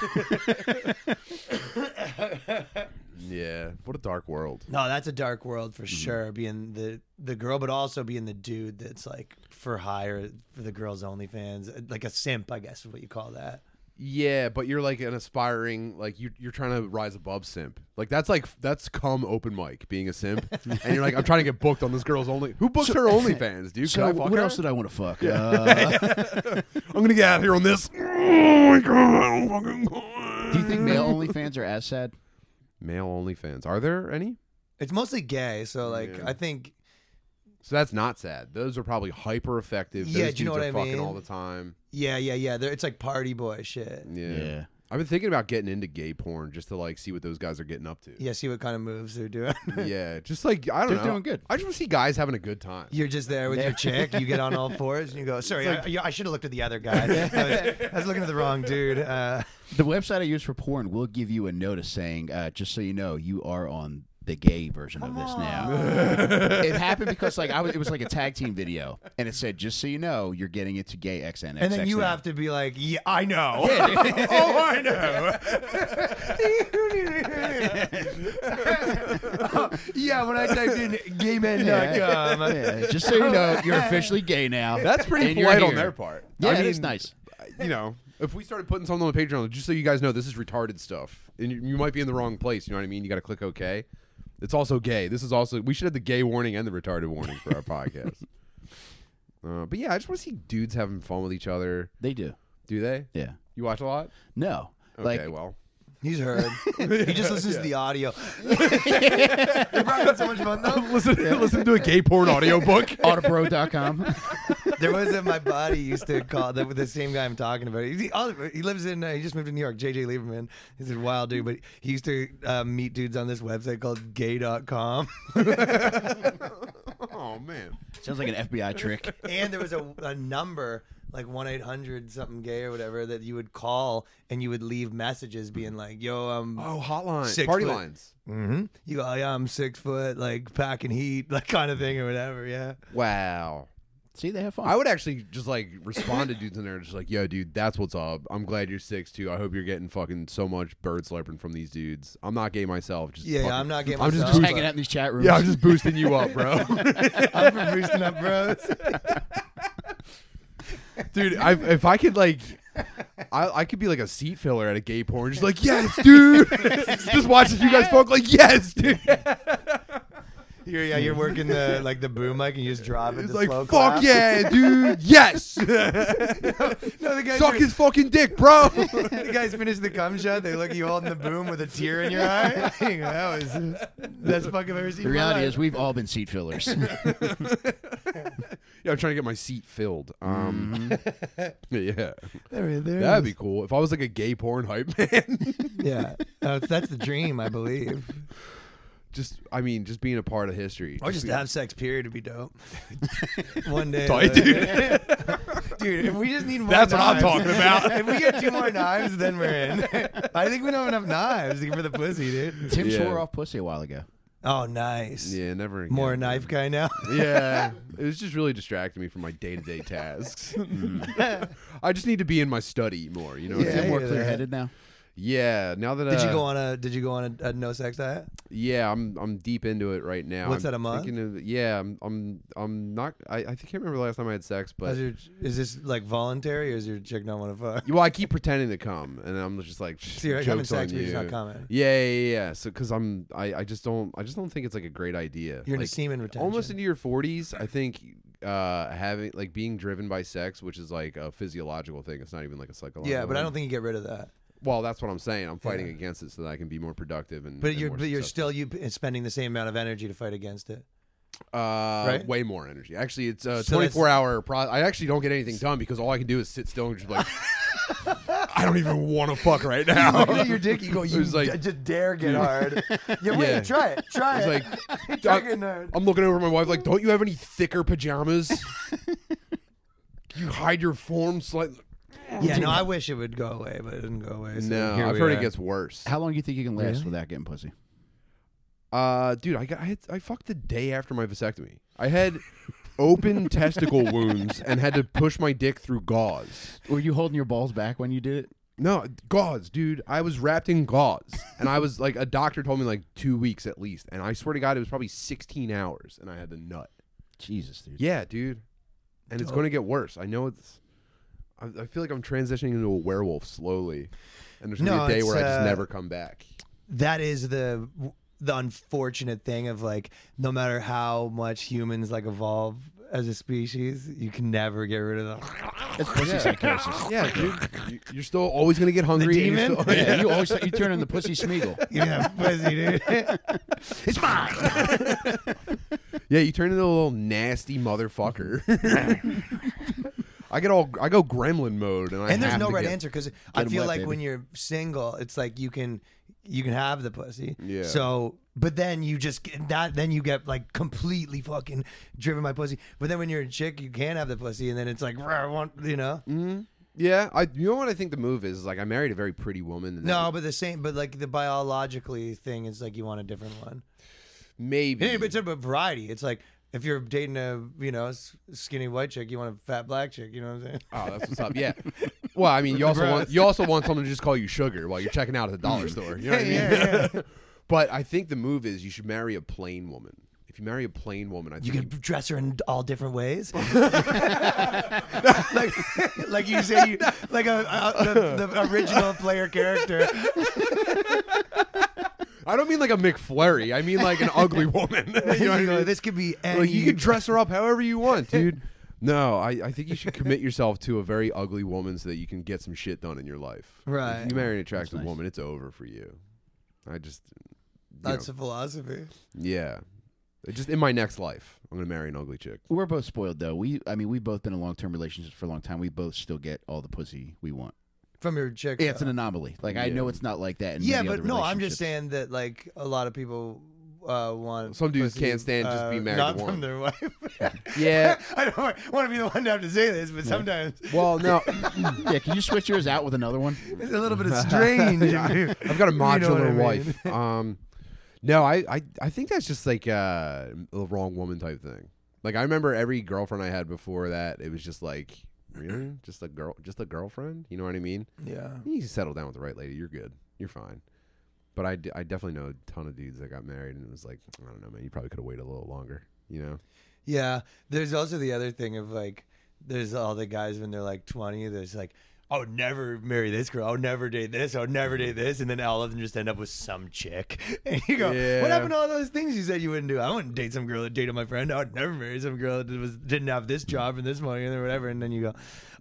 [SPEAKER 1] yeah, what a dark world.
[SPEAKER 2] No, that's a dark world
[SPEAKER 1] Mm-hmm.
[SPEAKER 2] for sure. Being the the girl, but also being the dude that's like for hire for the girls only fans, like a simp, I guess is what you call that.
[SPEAKER 1] Yeah, but you're like an aspiring, like you you're trying to rise above simp. Like that's like that's come open mic being a simp, and you're like I'm trying to get booked on this girl's only. Who books her OnlyFans, dude? Can
[SPEAKER 3] so,
[SPEAKER 1] I fuck
[SPEAKER 3] what
[SPEAKER 1] her?
[SPEAKER 3] else did I want to fuck? Uh,
[SPEAKER 1] I'm gonna get out of here on this. Oh my god, I don't fucking.
[SPEAKER 3] do you think male OnlyFans are as sad?
[SPEAKER 1] male OnlyFans? Are there any?
[SPEAKER 2] It's mostly gay, so like I think
[SPEAKER 1] So that's not sad. Those are probably hyper effective.
[SPEAKER 2] Yeah,
[SPEAKER 1] Those
[SPEAKER 2] do you know
[SPEAKER 1] dudes
[SPEAKER 2] what
[SPEAKER 1] are
[SPEAKER 2] I
[SPEAKER 1] fucking
[SPEAKER 2] mean?
[SPEAKER 1] all the time.
[SPEAKER 2] yeah, yeah, yeah. They're, it's like party boy shit.
[SPEAKER 1] Yeah. I've been thinking about getting into gay porn just to like see what those guys are getting up to.
[SPEAKER 2] Yeah, see what kind of moves they're doing.
[SPEAKER 1] Yeah, just like I don't
[SPEAKER 3] They're
[SPEAKER 1] know.
[SPEAKER 3] doing good.
[SPEAKER 1] I just want to see guys having a good time.
[SPEAKER 2] You're just there with your chick. You get on all fours and you go, "Sorry, I- I, should have looked at the other guy. I was, I was looking at the wrong dude." Uh,
[SPEAKER 3] The website I use for porn will give you a notice saying, uh, just so you know, you are on the gay version of this now. it happened because like I was, it was like a tag team video, and it said, just so you know, you're getting into gay XNX.
[SPEAKER 2] and then you have to be like, "Yeah, I know."
[SPEAKER 1] oh, I know.
[SPEAKER 2] yeah, when I typed in gaymen.com.
[SPEAKER 3] Yeah, just so you know, you're officially gay now.
[SPEAKER 1] That's pretty
[SPEAKER 3] and you're
[SPEAKER 1] polite on
[SPEAKER 3] here.
[SPEAKER 1] their part.
[SPEAKER 3] Yeah,
[SPEAKER 1] I
[SPEAKER 3] it
[SPEAKER 1] mean,
[SPEAKER 3] is nice.
[SPEAKER 1] You know, if we started putting something on the Patreon, just so you guys know, this is retarded stuff, and you, you might be in the wrong place. You know what I mean? You got to click OK. It's also gay. This is also we should have the gay warning and the retarded warning for our podcast. Uh, but yeah, I just want to see dudes having fun with each other.
[SPEAKER 3] They do.
[SPEAKER 1] Do they?
[SPEAKER 3] Yeah.
[SPEAKER 1] You watch a lot?
[SPEAKER 3] No.
[SPEAKER 1] Okay,
[SPEAKER 3] like
[SPEAKER 1] well,
[SPEAKER 2] He's heard. He just listens to the audio. They're having so much fun though.
[SPEAKER 1] listen listen to a gay porn audiobook.
[SPEAKER 3] autobro.com.
[SPEAKER 2] There was a, my buddy used to call the, the same guy I'm talking about. He, he- all- he lives in. Uh, he just moved to New York. JJ Lieberman. He's a wild dude, but he used to uh, meet dudes on this website called Gay.com.
[SPEAKER 1] oh man.
[SPEAKER 3] Sounds like an FBI trick.
[SPEAKER 2] and there was a, a number like 1-800 something gay or whatever that you would call and you would leave messages being like yo i'm
[SPEAKER 1] Oh, hotline,
[SPEAKER 2] Six
[SPEAKER 1] party
[SPEAKER 2] foot.
[SPEAKER 1] lines.
[SPEAKER 2] hmm you go yeah i'm six foot like packing heat that kind of thing or whatever yeah
[SPEAKER 1] Wow.
[SPEAKER 3] See, they have fun.
[SPEAKER 1] I would actually just like respond to dudes in there, just like, "Yo, dude, that's what's up. I'm glad you're six too. I hope you're getting fucking so much bird slurping from these dudes. I'm not gay myself. Just
[SPEAKER 2] yeah,
[SPEAKER 1] fucking-
[SPEAKER 2] yeah i'm not getting
[SPEAKER 1] I'm just
[SPEAKER 2] myself.
[SPEAKER 3] just hanging out in these chat rooms.
[SPEAKER 1] yeah, I'm just boosting you up, bro.
[SPEAKER 2] i'm from boosting up bros
[SPEAKER 1] dude, I, if I could like, I, I could be like a seat filler at a gay porn, just like, yes, dude. just watching you guys fuck, like, yes, dude.
[SPEAKER 2] You're, yeah, you're working the like the boom mic and you just drop it.
[SPEAKER 1] It's
[SPEAKER 2] the
[SPEAKER 1] like,
[SPEAKER 2] slow
[SPEAKER 1] fuck
[SPEAKER 2] clap.
[SPEAKER 1] yeah, dude, yes.
[SPEAKER 2] No, the guys,
[SPEAKER 1] Suck his fucking dick, bro.
[SPEAKER 2] the guys finish the cum shot. They look at you holding the boom with a tear in your eye. that was that's fucking ever seen.
[SPEAKER 3] The reality is, we've all been seat fillers.
[SPEAKER 1] yeah, I'm trying to get my seat filled. Um, yeah,
[SPEAKER 2] there, Mm-hmm. there
[SPEAKER 1] that'd be cool. If I was like a gay porn hype man,
[SPEAKER 2] yeah. Uh, that's the dream, I believe.
[SPEAKER 1] just I mean, just being a part of history.
[SPEAKER 2] Or Oh, just
[SPEAKER 1] be-
[SPEAKER 2] to have sex, period, would be dope. One day,
[SPEAKER 1] Tight,
[SPEAKER 2] dude. dude, if we just need more
[SPEAKER 1] That's what I'm
[SPEAKER 2] knives-
[SPEAKER 1] talking about.
[SPEAKER 2] if we get two more knives, then we're in. I think we don't have enough knives for the pussy, dude.
[SPEAKER 3] Tim
[SPEAKER 1] Yeah.
[SPEAKER 3] swore off pussy a while ago.
[SPEAKER 2] Oh, nice.
[SPEAKER 1] Yeah, never again.
[SPEAKER 2] More knife guy now.
[SPEAKER 1] Yeah, it was just really distracting me from my day to day tasks. I just need to be in my study more. You know,
[SPEAKER 2] Mm. Yeah,
[SPEAKER 3] Feel
[SPEAKER 1] yeah.
[SPEAKER 2] I
[SPEAKER 3] more
[SPEAKER 2] hear that.
[SPEAKER 3] clear headed now.
[SPEAKER 1] now that
[SPEAKER 2] Did
[SPEAKER 1] uh,
[SPEAKER 2] you go on a Did you go on a, a no sex diet?
[SPEAKER 1] Yeah, I'm I'm deep into it right now.
[SPEAKER 2] What's
[SPEAKER 1] I'm
[SPEAKER 2] that, a month?
[SPEAKER 1] thinking Of, yeah, I'm I'm I'm not. I, I can't remember the last time I had sex, but
[SPEAKER 2] Is, your, is this like voluntary or is your chick not want to fuck?
[SPEAKER 1] well, I keep pretending to come, and I'm just like
[SPEAKER 2] So you're having
[SPEAKER 1] jokes
[SPEAKER 2] sex,
[SPEAKER 1] on
[SPEAKER 2] but
[SPEAKER 1] you.
[SPEAKER 2] you're not coming.
[SPEAKER 1] Yeah, yeah, yeah, yeah. So because I'm I I just don't I just don't think it's like a great idea.
[SPEAKER 2] You're in
[SPEAKER 1] like,
[SPEAKER 2] a semen retention.
[SPEAKER 1] almost into your 40s i think uh having like being driven by sex which is like a physiological thing it's not even like a psychological
[SPEAKER 2] yeah, but I
[SPEAKER 1] thing.
[SPEAKER 2] don't think you get rid of that.
[SPEAKER 1] well that's what i'm saying i'm fighting
[SPEAKER 2] Yeah.
[SPEAKER 1] against it so that i can be more productive and
[SPEAKER 2] But
[SPEAKER 1] and
[SPEAKER 2] you're
[SPEAKER 1] more
[SPEAKER 2] but you're
[SPEAKER 1] successful.
[SPEAKER 2] still you p- spending the same amount of energy to fight against it.
[SPEAKER 1] uh
[SPEAKER 2] right?
[SPEAKER 1] way more energy actually it's a
[SPEAKER 2] So that's-
[SPEAKER 1] 24 hour pro i actually don't get anything done because all i can do is sit still and just be like i don't even want to fuck right now
[SPEAKER 2] Look at your dick, you go.
[SPEAKER 1] It
[SPEAKER 2] You
[SPEAKER 1] was like-
[SPEAKER 2] d- just dare get hard. Yeah, wait,
[SPEAKER 1] Yeah.
[SPEAKER 2] try it, try
[SPEAKER 1] it's
[SPEAKER 2] it.
[SPEAKER 1] like
[SPEAKER 2] try
[SPEAKER 1] I-
[SPEAKER 2] getting hard.
[SPEAKER 1] i'm looking over at my wife like don't you have any thicker pajamas you hide your form slightly
[SPEAKER 2] Yeah, no, I wish it would go away, but it didn't go away. So
[SPEAKER 1] no
[SPEAKER 2] here
[SPEAKER 1] i've
[SPEAKER 2] we
[SPEAKER 1] heard
[SPEAKER 2] are.
[SPEAKER 1] it gets worse
[SPEAKER 3] How long do you think you can last
[SPEAKER 2] Really?
[SPEAKER 3] without getting pussy?
[SPEAKER 1] Uh, dude, I got I, had, I fucked the day after my vasectomy. I had open testicle wounds and had to push my dick through gauze.
[SPEAKER 3] Were you holding your balls back when you did it?
[SPEAKER 1] No, gauze, dude. I was wrapped in gauze, and I was like, a doctor told me like two weeks at least, and I swear to God, it was probably 16 hours, and I had the nut.
[SPEAKER 3] Jesus, dude.
[SPEAKER 1] Yeah, dude, and it's
[SPEAKER 2] Dope.
[SPEAKER 1] going to get worse. I know it's. I, I feel like I'm transitioning into a werewolf slowly, and there's gonna
[SPEAKER 2] No,
[SPEAKER 1] be a day
[SPEAKER 2] it's,
[SPEAKER 1] where I
[SPEAKER 2] uh,
[SPEAKER 1] just never come back.
[SPEAKER 2] that is the the unfortunate thing of like no matter how much humans like evolve as a species, you can never get rid of them.
[SPEAKER 3] That's pussy psychosis.
[SPEAKER 1] Yeah, dude, you- you're still always gonna get hungry. and you're
[SPEAKER 2] demon?
[SPEAKER 1] still-
[SPEAKER 3] Yeah, you always you turn in the pussy smeagol.
[SPEAKER 2] Yeah, pussy, dude.
[SPEAKER 3] It's mine.
[SPEAKER 1] Yeah, you turn into a little nasty motherfucker. I get all I go gremlin mode, and I
[SPEAKER 2] and there's
[SPEAKER 1] have
[SPEAKER 2] no
[SPEAKER 1] to
[SPEAKER 2] right
[SPEAKER 1] get-
[SPEAKER 2] answer because I
[SPEAKER 3] 'em
[SPEAKER 2] feel
[SPEAKER 3] wet,
[SPEAKER 2] like
[SPEAKER 3] baby.
[SPEAKER 2] when you're single, it's like you can you can have the pussy.
[SPEAKER 1] Yeah.
[SPEAKER 2] So, but then you just get that then you get like completely fucking driven by pussy. But then when you're a chick, you can have the pussy, and then it's like "Rah, I want you know.
[SPEAKER 1] Mm-hmm. Yeah, I you know what I think the move is, is like I married a very pretty woman. And
[SPEAKER 2] No, but the same, but like the biologically thing is like you want a different one.
[SPEAKER 1] maybe.
[SPEAKER 2] Yeah, but it's about variety. It's like if you're dating a you know s- skinny white chick, you want a fat black chick. You know what I'm saying?
[SPEAKER 1] oh, that's what's up. Yeah. Well, I mean, you also
[SPEAKER 2] Gross.
[SPEAKER 1] want you also want someone to just call you sugar while you're checking out at the dollar
[SPEAKER 2] Mm.
[SPEAKER 1] store. You know what I mean? But I think the move is you should marry a plain woman. If you marry a plain woman, I think
[SPEAKER 2] You can dress her in all different ways. like, like you say, you, like a, a the, the original player character.
[SPEAKER 1] I don't mean like a McFlurry. I mean like an ugly woman. you know what I
[SPEAKER 2] You know,
[SPEAKER 1] mean?
[SPEAKER 2] this could be any.
[SPEAKER 1] Like you can dress her up however you want, dude. No, I, I think you should commit yourself to a very ugly woman so that you can get some shit done in your life.
[SPEAKER 2] Right.
[SPEAKER 1] If you marry an attractive
[SPEAKER 3] nice.
[SPEAKER 1] woman, it's over for you. I just you
[SPEAKER 2] That's
[SPEAKER 1] know,
[SPEAKER 2] a philosophy.
[SPEAKER 1] yeah. It just in my next life, I'm gonna marry an ugly chick.
[SPEAKER 3] We're both spoiled though. We, I mean, we've both been in long term relationships for a long time. We both still get all the pussy we want.
[SPEAKER 2] From your chick.
[SPEAKER 3] Yeah, it's
[SPEAKER 2] though.
[SPEAKER 3] an anomaly. Like I
[SPEAKER 1] Yeah.
[SPEAKER 3] know it's not like that. In
[SPEAKER 2] yeah,
[SPEAKER 3] many
[SPEAKER 2] but
[SPEAKER 3] other
[SPEAKER 2] no, I'm
[SPEAKER 3] relationships.
[SPEAKER 2] just saying that like a lot of people uh, want.
[SPEAKER 1] Some dudes
[SPEAKER 2] pussy,
[SPEAKER 1] can't stand just
[SPEAKER 2] uh,
[SPEAKER 1] being married
[SPEAKER 2] Not
[SPEAKER 1] to
[SPEAKER 2] from
[SPEAKER 1] one.
[SPEAKER 2] their wife.
[SPEAKER 1] Yeah.
[SPEAKER 2] I don't want to be the one to have to say this, but sometimes
[SPEAKER 1] Well, no,
[SPEAKER 3] yeah, can you switch yours out with another one?
[SPEAKER 2] it's a little bit of strange.
[SPEAKER 1] I've got a modular
[SPEAKER 2] You know what I mean.
[SPEAKER 1] wife. Um, no, I, I I think that's just like uh, the wrong woman type thing. Like I remember every girlfriend I had before that, it was just like really just a girl, just a girlfriend. You know what I mean?
[SPEAKER 2] yeah.
[SPEAKER 1] You settle down with the right lady. You're good. You're fine. But I, d- I definitely know a ton of dudes that got married and it was like, I don't know, man. You probably could have waited a little longer. You know?
[SPEAKER 2] Yeah. There's also the other thing of like, there's all the guys when they're like 20, there's like, I would never marry this girl. I would never date this. I would never date this. And then all of them just end up with some chick. And you go,
[SPEAKER 1] Yeah.
[SPEAKER 2] what happened to all those things you said you wouldn't do? I wouldn't date some girl that dated my friend. I would never marry some girl that was, didn't have this job and this money and then whatever. And then you go,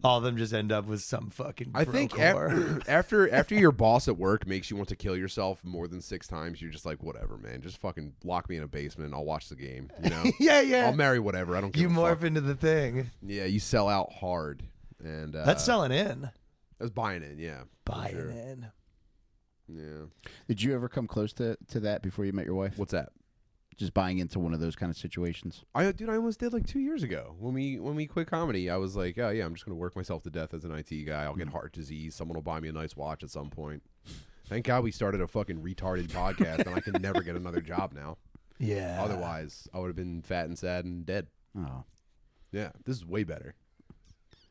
[SPEAKER 2] all of them just end up with some fucking.
[SPEAKER 1] I think
[SPEAKER 2] broke whore.
[SPEAKER 1] after, after after your boss at work makes you want to kill yourself more than six times, you're just like, whatever, man. Just fucking lock me in a basement. and I'll watch the game. You know,
[SPEAKER 2] yeah, yeah.
[SPEAKER 1] I'll marry whatever. I don't give
[SPEAKER 2] you
[SPEAKER 1] a
[SPEAKER 2] morph
[SPEAKER 1] fuck.
[SPEAKER 2] into the thing.
[SPEAKER 1] Yeah, you sell out hard, and uh,
[SPEAKER 2] That's selling in.
[SPEAKER 1] that's buying in. Yeah, for
[SPEAKER 2] Buying
[SPEAKER 1] sure.
[SPEAKER 2] in.
[SPEAKER 1] Yeah,
[SPEAKER 3] Did you ever come close to, to that before you met your wife?
[SPEAKER 1] what's that?
[SPEAKER 3] Just buying into one of those kind of situations.
[SPEAKER 1] I dude, I almost did like two years ago when we when we quit comedy. I was like, oh yeah, I'm just gonna work myself to death as an IT guy. I'll get
[SPEAKER 2] Mm.
[SPEAKER 1] heart disease. Someone will buy me a nice watch at some point. Thank God we started a fucking retarded podcast, and I can never get another job now. Uh,
[SPEAKER 2] Yeah.
[SPEAKER 1] Otherwise, I would have been fat and sad and dead.
[SPEAKER 3] Oh.
[SPEAKER 1] Yeah, this is way better.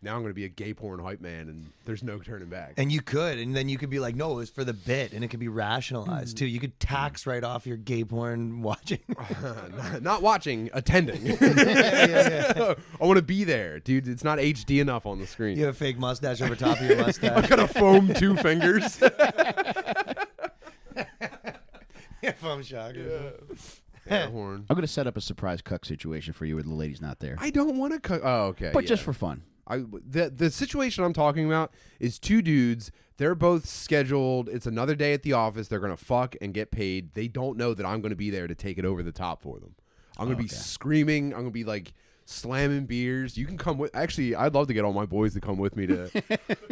[SPEAKER 1] Now I'm gonna be a gay porn hype man, and there's no turning back.
[SPEAKER 2] And you could, and then you could be like, no, it was for the bit, and it could be rationalized too. You could tax right off your gay porn watching.
[SPEAKER 1] not, not watching, attending. I want to be there, dude. It's not HD enough on the screen.
[SPEAKER 2] you have a fake mustache over top of your
[SPEAKER 1] I
[SPEAKER 2] mustache.
[SPEAKER 1] gotta foam two fingers.
[SPEAKER 2] if I'm shocked.
[SPEAKER 1] horn.
[SPEAKER 3] I'm going to set up a surprise cuck situation for you where the lady's not there.
[SPEAKER 1] I don't want to cut. Oh, okay.
[SPEAKER 3] but
[SPEAKER 1] yeah.
[SPEAKER 3] just for fun.
[SPEAKER 1] I the the situation I'm talking about is two dudes. They're both scheduled. It's another day at the office. They're gonna fuck and get paid. They don't know that I'm gonna be there to take it over the top for them. I'm gonna be screaming. I'm gonna be like slamming beers. You can come with. Actually, I'd love to get all my boys to come with me to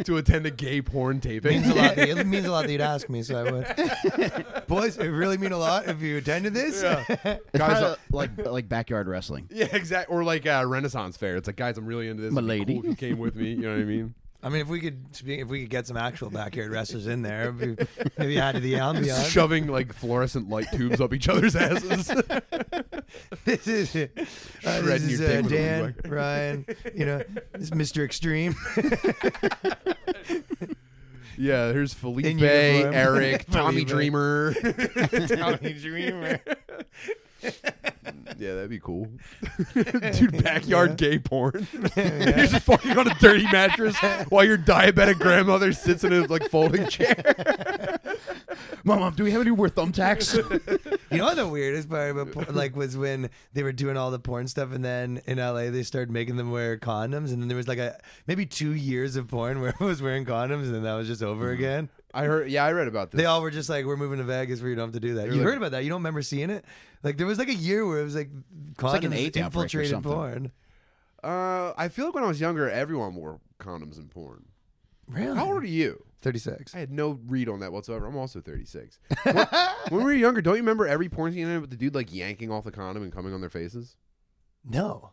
[SPEAKER 1] to attend a gay porn taping.
[SPEAKER 2] Means a lot that- it means a lot that you'd ask me, so I would. Boys, it really mean a lot if you attended this.
[SPEAKER 3] It's
[SPEAKER 1] Guys,
[SPEAKER 3] kinda
[SPEAKER 1] uh,
[SPEAKER 3] like like backyard wrestling.
[SPEAKER 1] yeah, exactly. Or like uh, Renaissance fair. It's like, guys, I'm really into this.
[SPEAKER 3] My
[SPEAKER 1] It'd be
[SPEAKER 3] lady.
[SPEAKER 1] cool if you came with me. You know what I mean?
[SPEAKER 2] I mean, if we could, speak- if we could get some actual backyard wrestlers in there, it'd be- maybe add to the ambiance.
[SPEAKER 1] Shoving like fluorescent light tubes up each other's asses.
[SPEAKER 2] this is, uh, this
[SPEAKER 1] Shredding
[SPEAKER 2] is
[SPEAKER 1] your dick
[SPEAKER 2] uh,
[SPEAKER 1] with a
[SPEAKER 2] Dan,
[SPEAKER 1] woodworker.
[SPEAKER 2] Ryan, you know, this is Mr. Extreme.
[SPEAKER 1] Yeah, here's Felipe,
[SPEAKER 2] uniform.
[SPEAKER 1] Eric, Tommy
[SPEAKER 2] Felipe.
[SPEAKER 1] Dreamer.
[SPEAKER 2] Tommy Dreamer.
[SPEAKER 1] yeah, that'd be cool. Dude, backyard gay porn. you're just fucking on a dirty mattress while your diabetic grandmother sits in a like folding chair.
[SPEAKER 3] Mom, Mom, do we have any more thumbtacks?
[SPEAKER 2] You know the weirdest part about por- like was when they were doing all the porn stuff, and then in LA they started making them wear condoms, and then there was like a maybe two years of porn where I was wearing condoms, and then that was just over
[SPEAKER 3] Mm-hmm.
[SPEAKER 2] again.
[SPEAKER 1] I heard. Yeah, I read about this.
[SPEAKER 2] They all were just like, "We're moving to Vegas, where you don't have to do that." you
[SPEAKER 1] like-
[SPEAKER 2] heard about that? You don't remember seeing it? Like there was like a year where it was like condoms
[SPEAKER 3] like an AIDS outbreak or
[SPEAKER 2] infiltrated
[SPEAKER 3] something.
[SPEAKER 2] porn.
[SPEAKER 1] uh, I feel like when I was younger, everyone wore condoms in porn.
[SPEAKER 2] Really?
[SPEAKER 1] How old are you?
[SPEAKER 2] Thirty six.
[SPEAKER 1] I had no read on that whatsoever. I'm also 36. when, when we were younger, don't you remember every porn scene ended with the dude like yanking off the condom and coming on their faces?
[SPEAKER 2] No.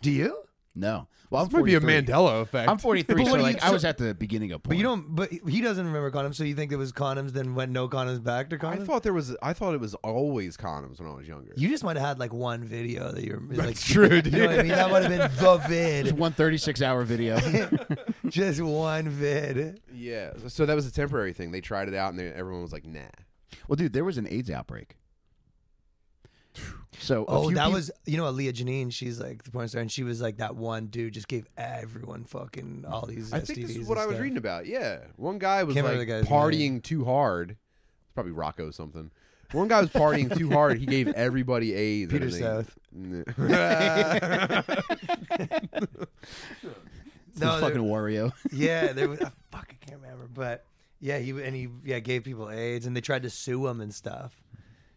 [SPEAKER 2] Do you?
[SPEAKER 3] no. Well, I'm
[SPEAKER 1] This might be a
[SPEAKER 3] 43.
[SPEAKER 1] Mandela effect.
[SPEAKER 3] I'm 43,
[SPEAKER 2] But
[SPEAKER 3] so
[SPEAKER 2] what do you-
[SPEAKER 3] like I was at the beginning of porn.
[SPEAKER 2] But you don't. But he doesn't remember condoms, so you think it was condoms, then went no condoms back to
[SPEAKER 1] I
[SPEAKER 2] condoms.
[SPEAKER 1] thought there was. I thought it was always condoms when I was younger.
[SPEAKER 2] You just might have had like one video that you're like
[SPEAKER 1] That's true,
[SPEAKER 2] You know what I
[SPEAKER 1] dude.
[SPEAKER 2] mean? That would have been the
[SPEAKER 3] It's
[SPEAKER 2] vid,
[SPEAKER 3] one 36 hour video.
[SPEAKER 2] just one vid.
[SPEAKER 1] yeah. So that was a temporary thing. They tried it out, and they, everyone was like, "Nah."
[SPEAKER 3] well, dude, there was an AIDS outbreak. So a
[SPEAKER 2] Oh,
[SPEAKER 3] few
[SPEAKER 2] that
[SPEAKER 3] peop-
[SPEAKER 2] was you know Aaliyah Janine. She's like the porn star, and she was like that one dude just gave everyone fucking all these.
[SPEAKER 1] I think this
[SPEAKER 2] STDs
[SPEAKER 1] is what
[SPEAKER 2] and
[SPEAKER 1] I was
[SPEAKER 2] stuff.
[SPEAKER 1] reading about. Yeah, one guy was
[SPEAKER 2] Can't
[SPEAKER 1] like
[SPEAKER 2] remember the guy's
[SPEAKER 1] partying
[SPEAKER 2] name.
[SPEAKER 1] too hard. It's probably Rocco something. One guy was partying too hard. He gave everybody AIDS.
[SPEAKER 2] Peter
[SPEAKER 1] and they-
[SPEAKER 2] South.
[SPEAKER 1] Nah.
[SPEAKER 3] the
[SPEAKER 2] No,
[SPEAKER 3] fucking
[SPEAKER 2] there,
[SPEAKER 3] Wario.
[SPEAKER 2] yeah, there was. I fuck, I can't remember, but yeah, he and he yeah gave people AIDS, and they tried to sue him and stuff.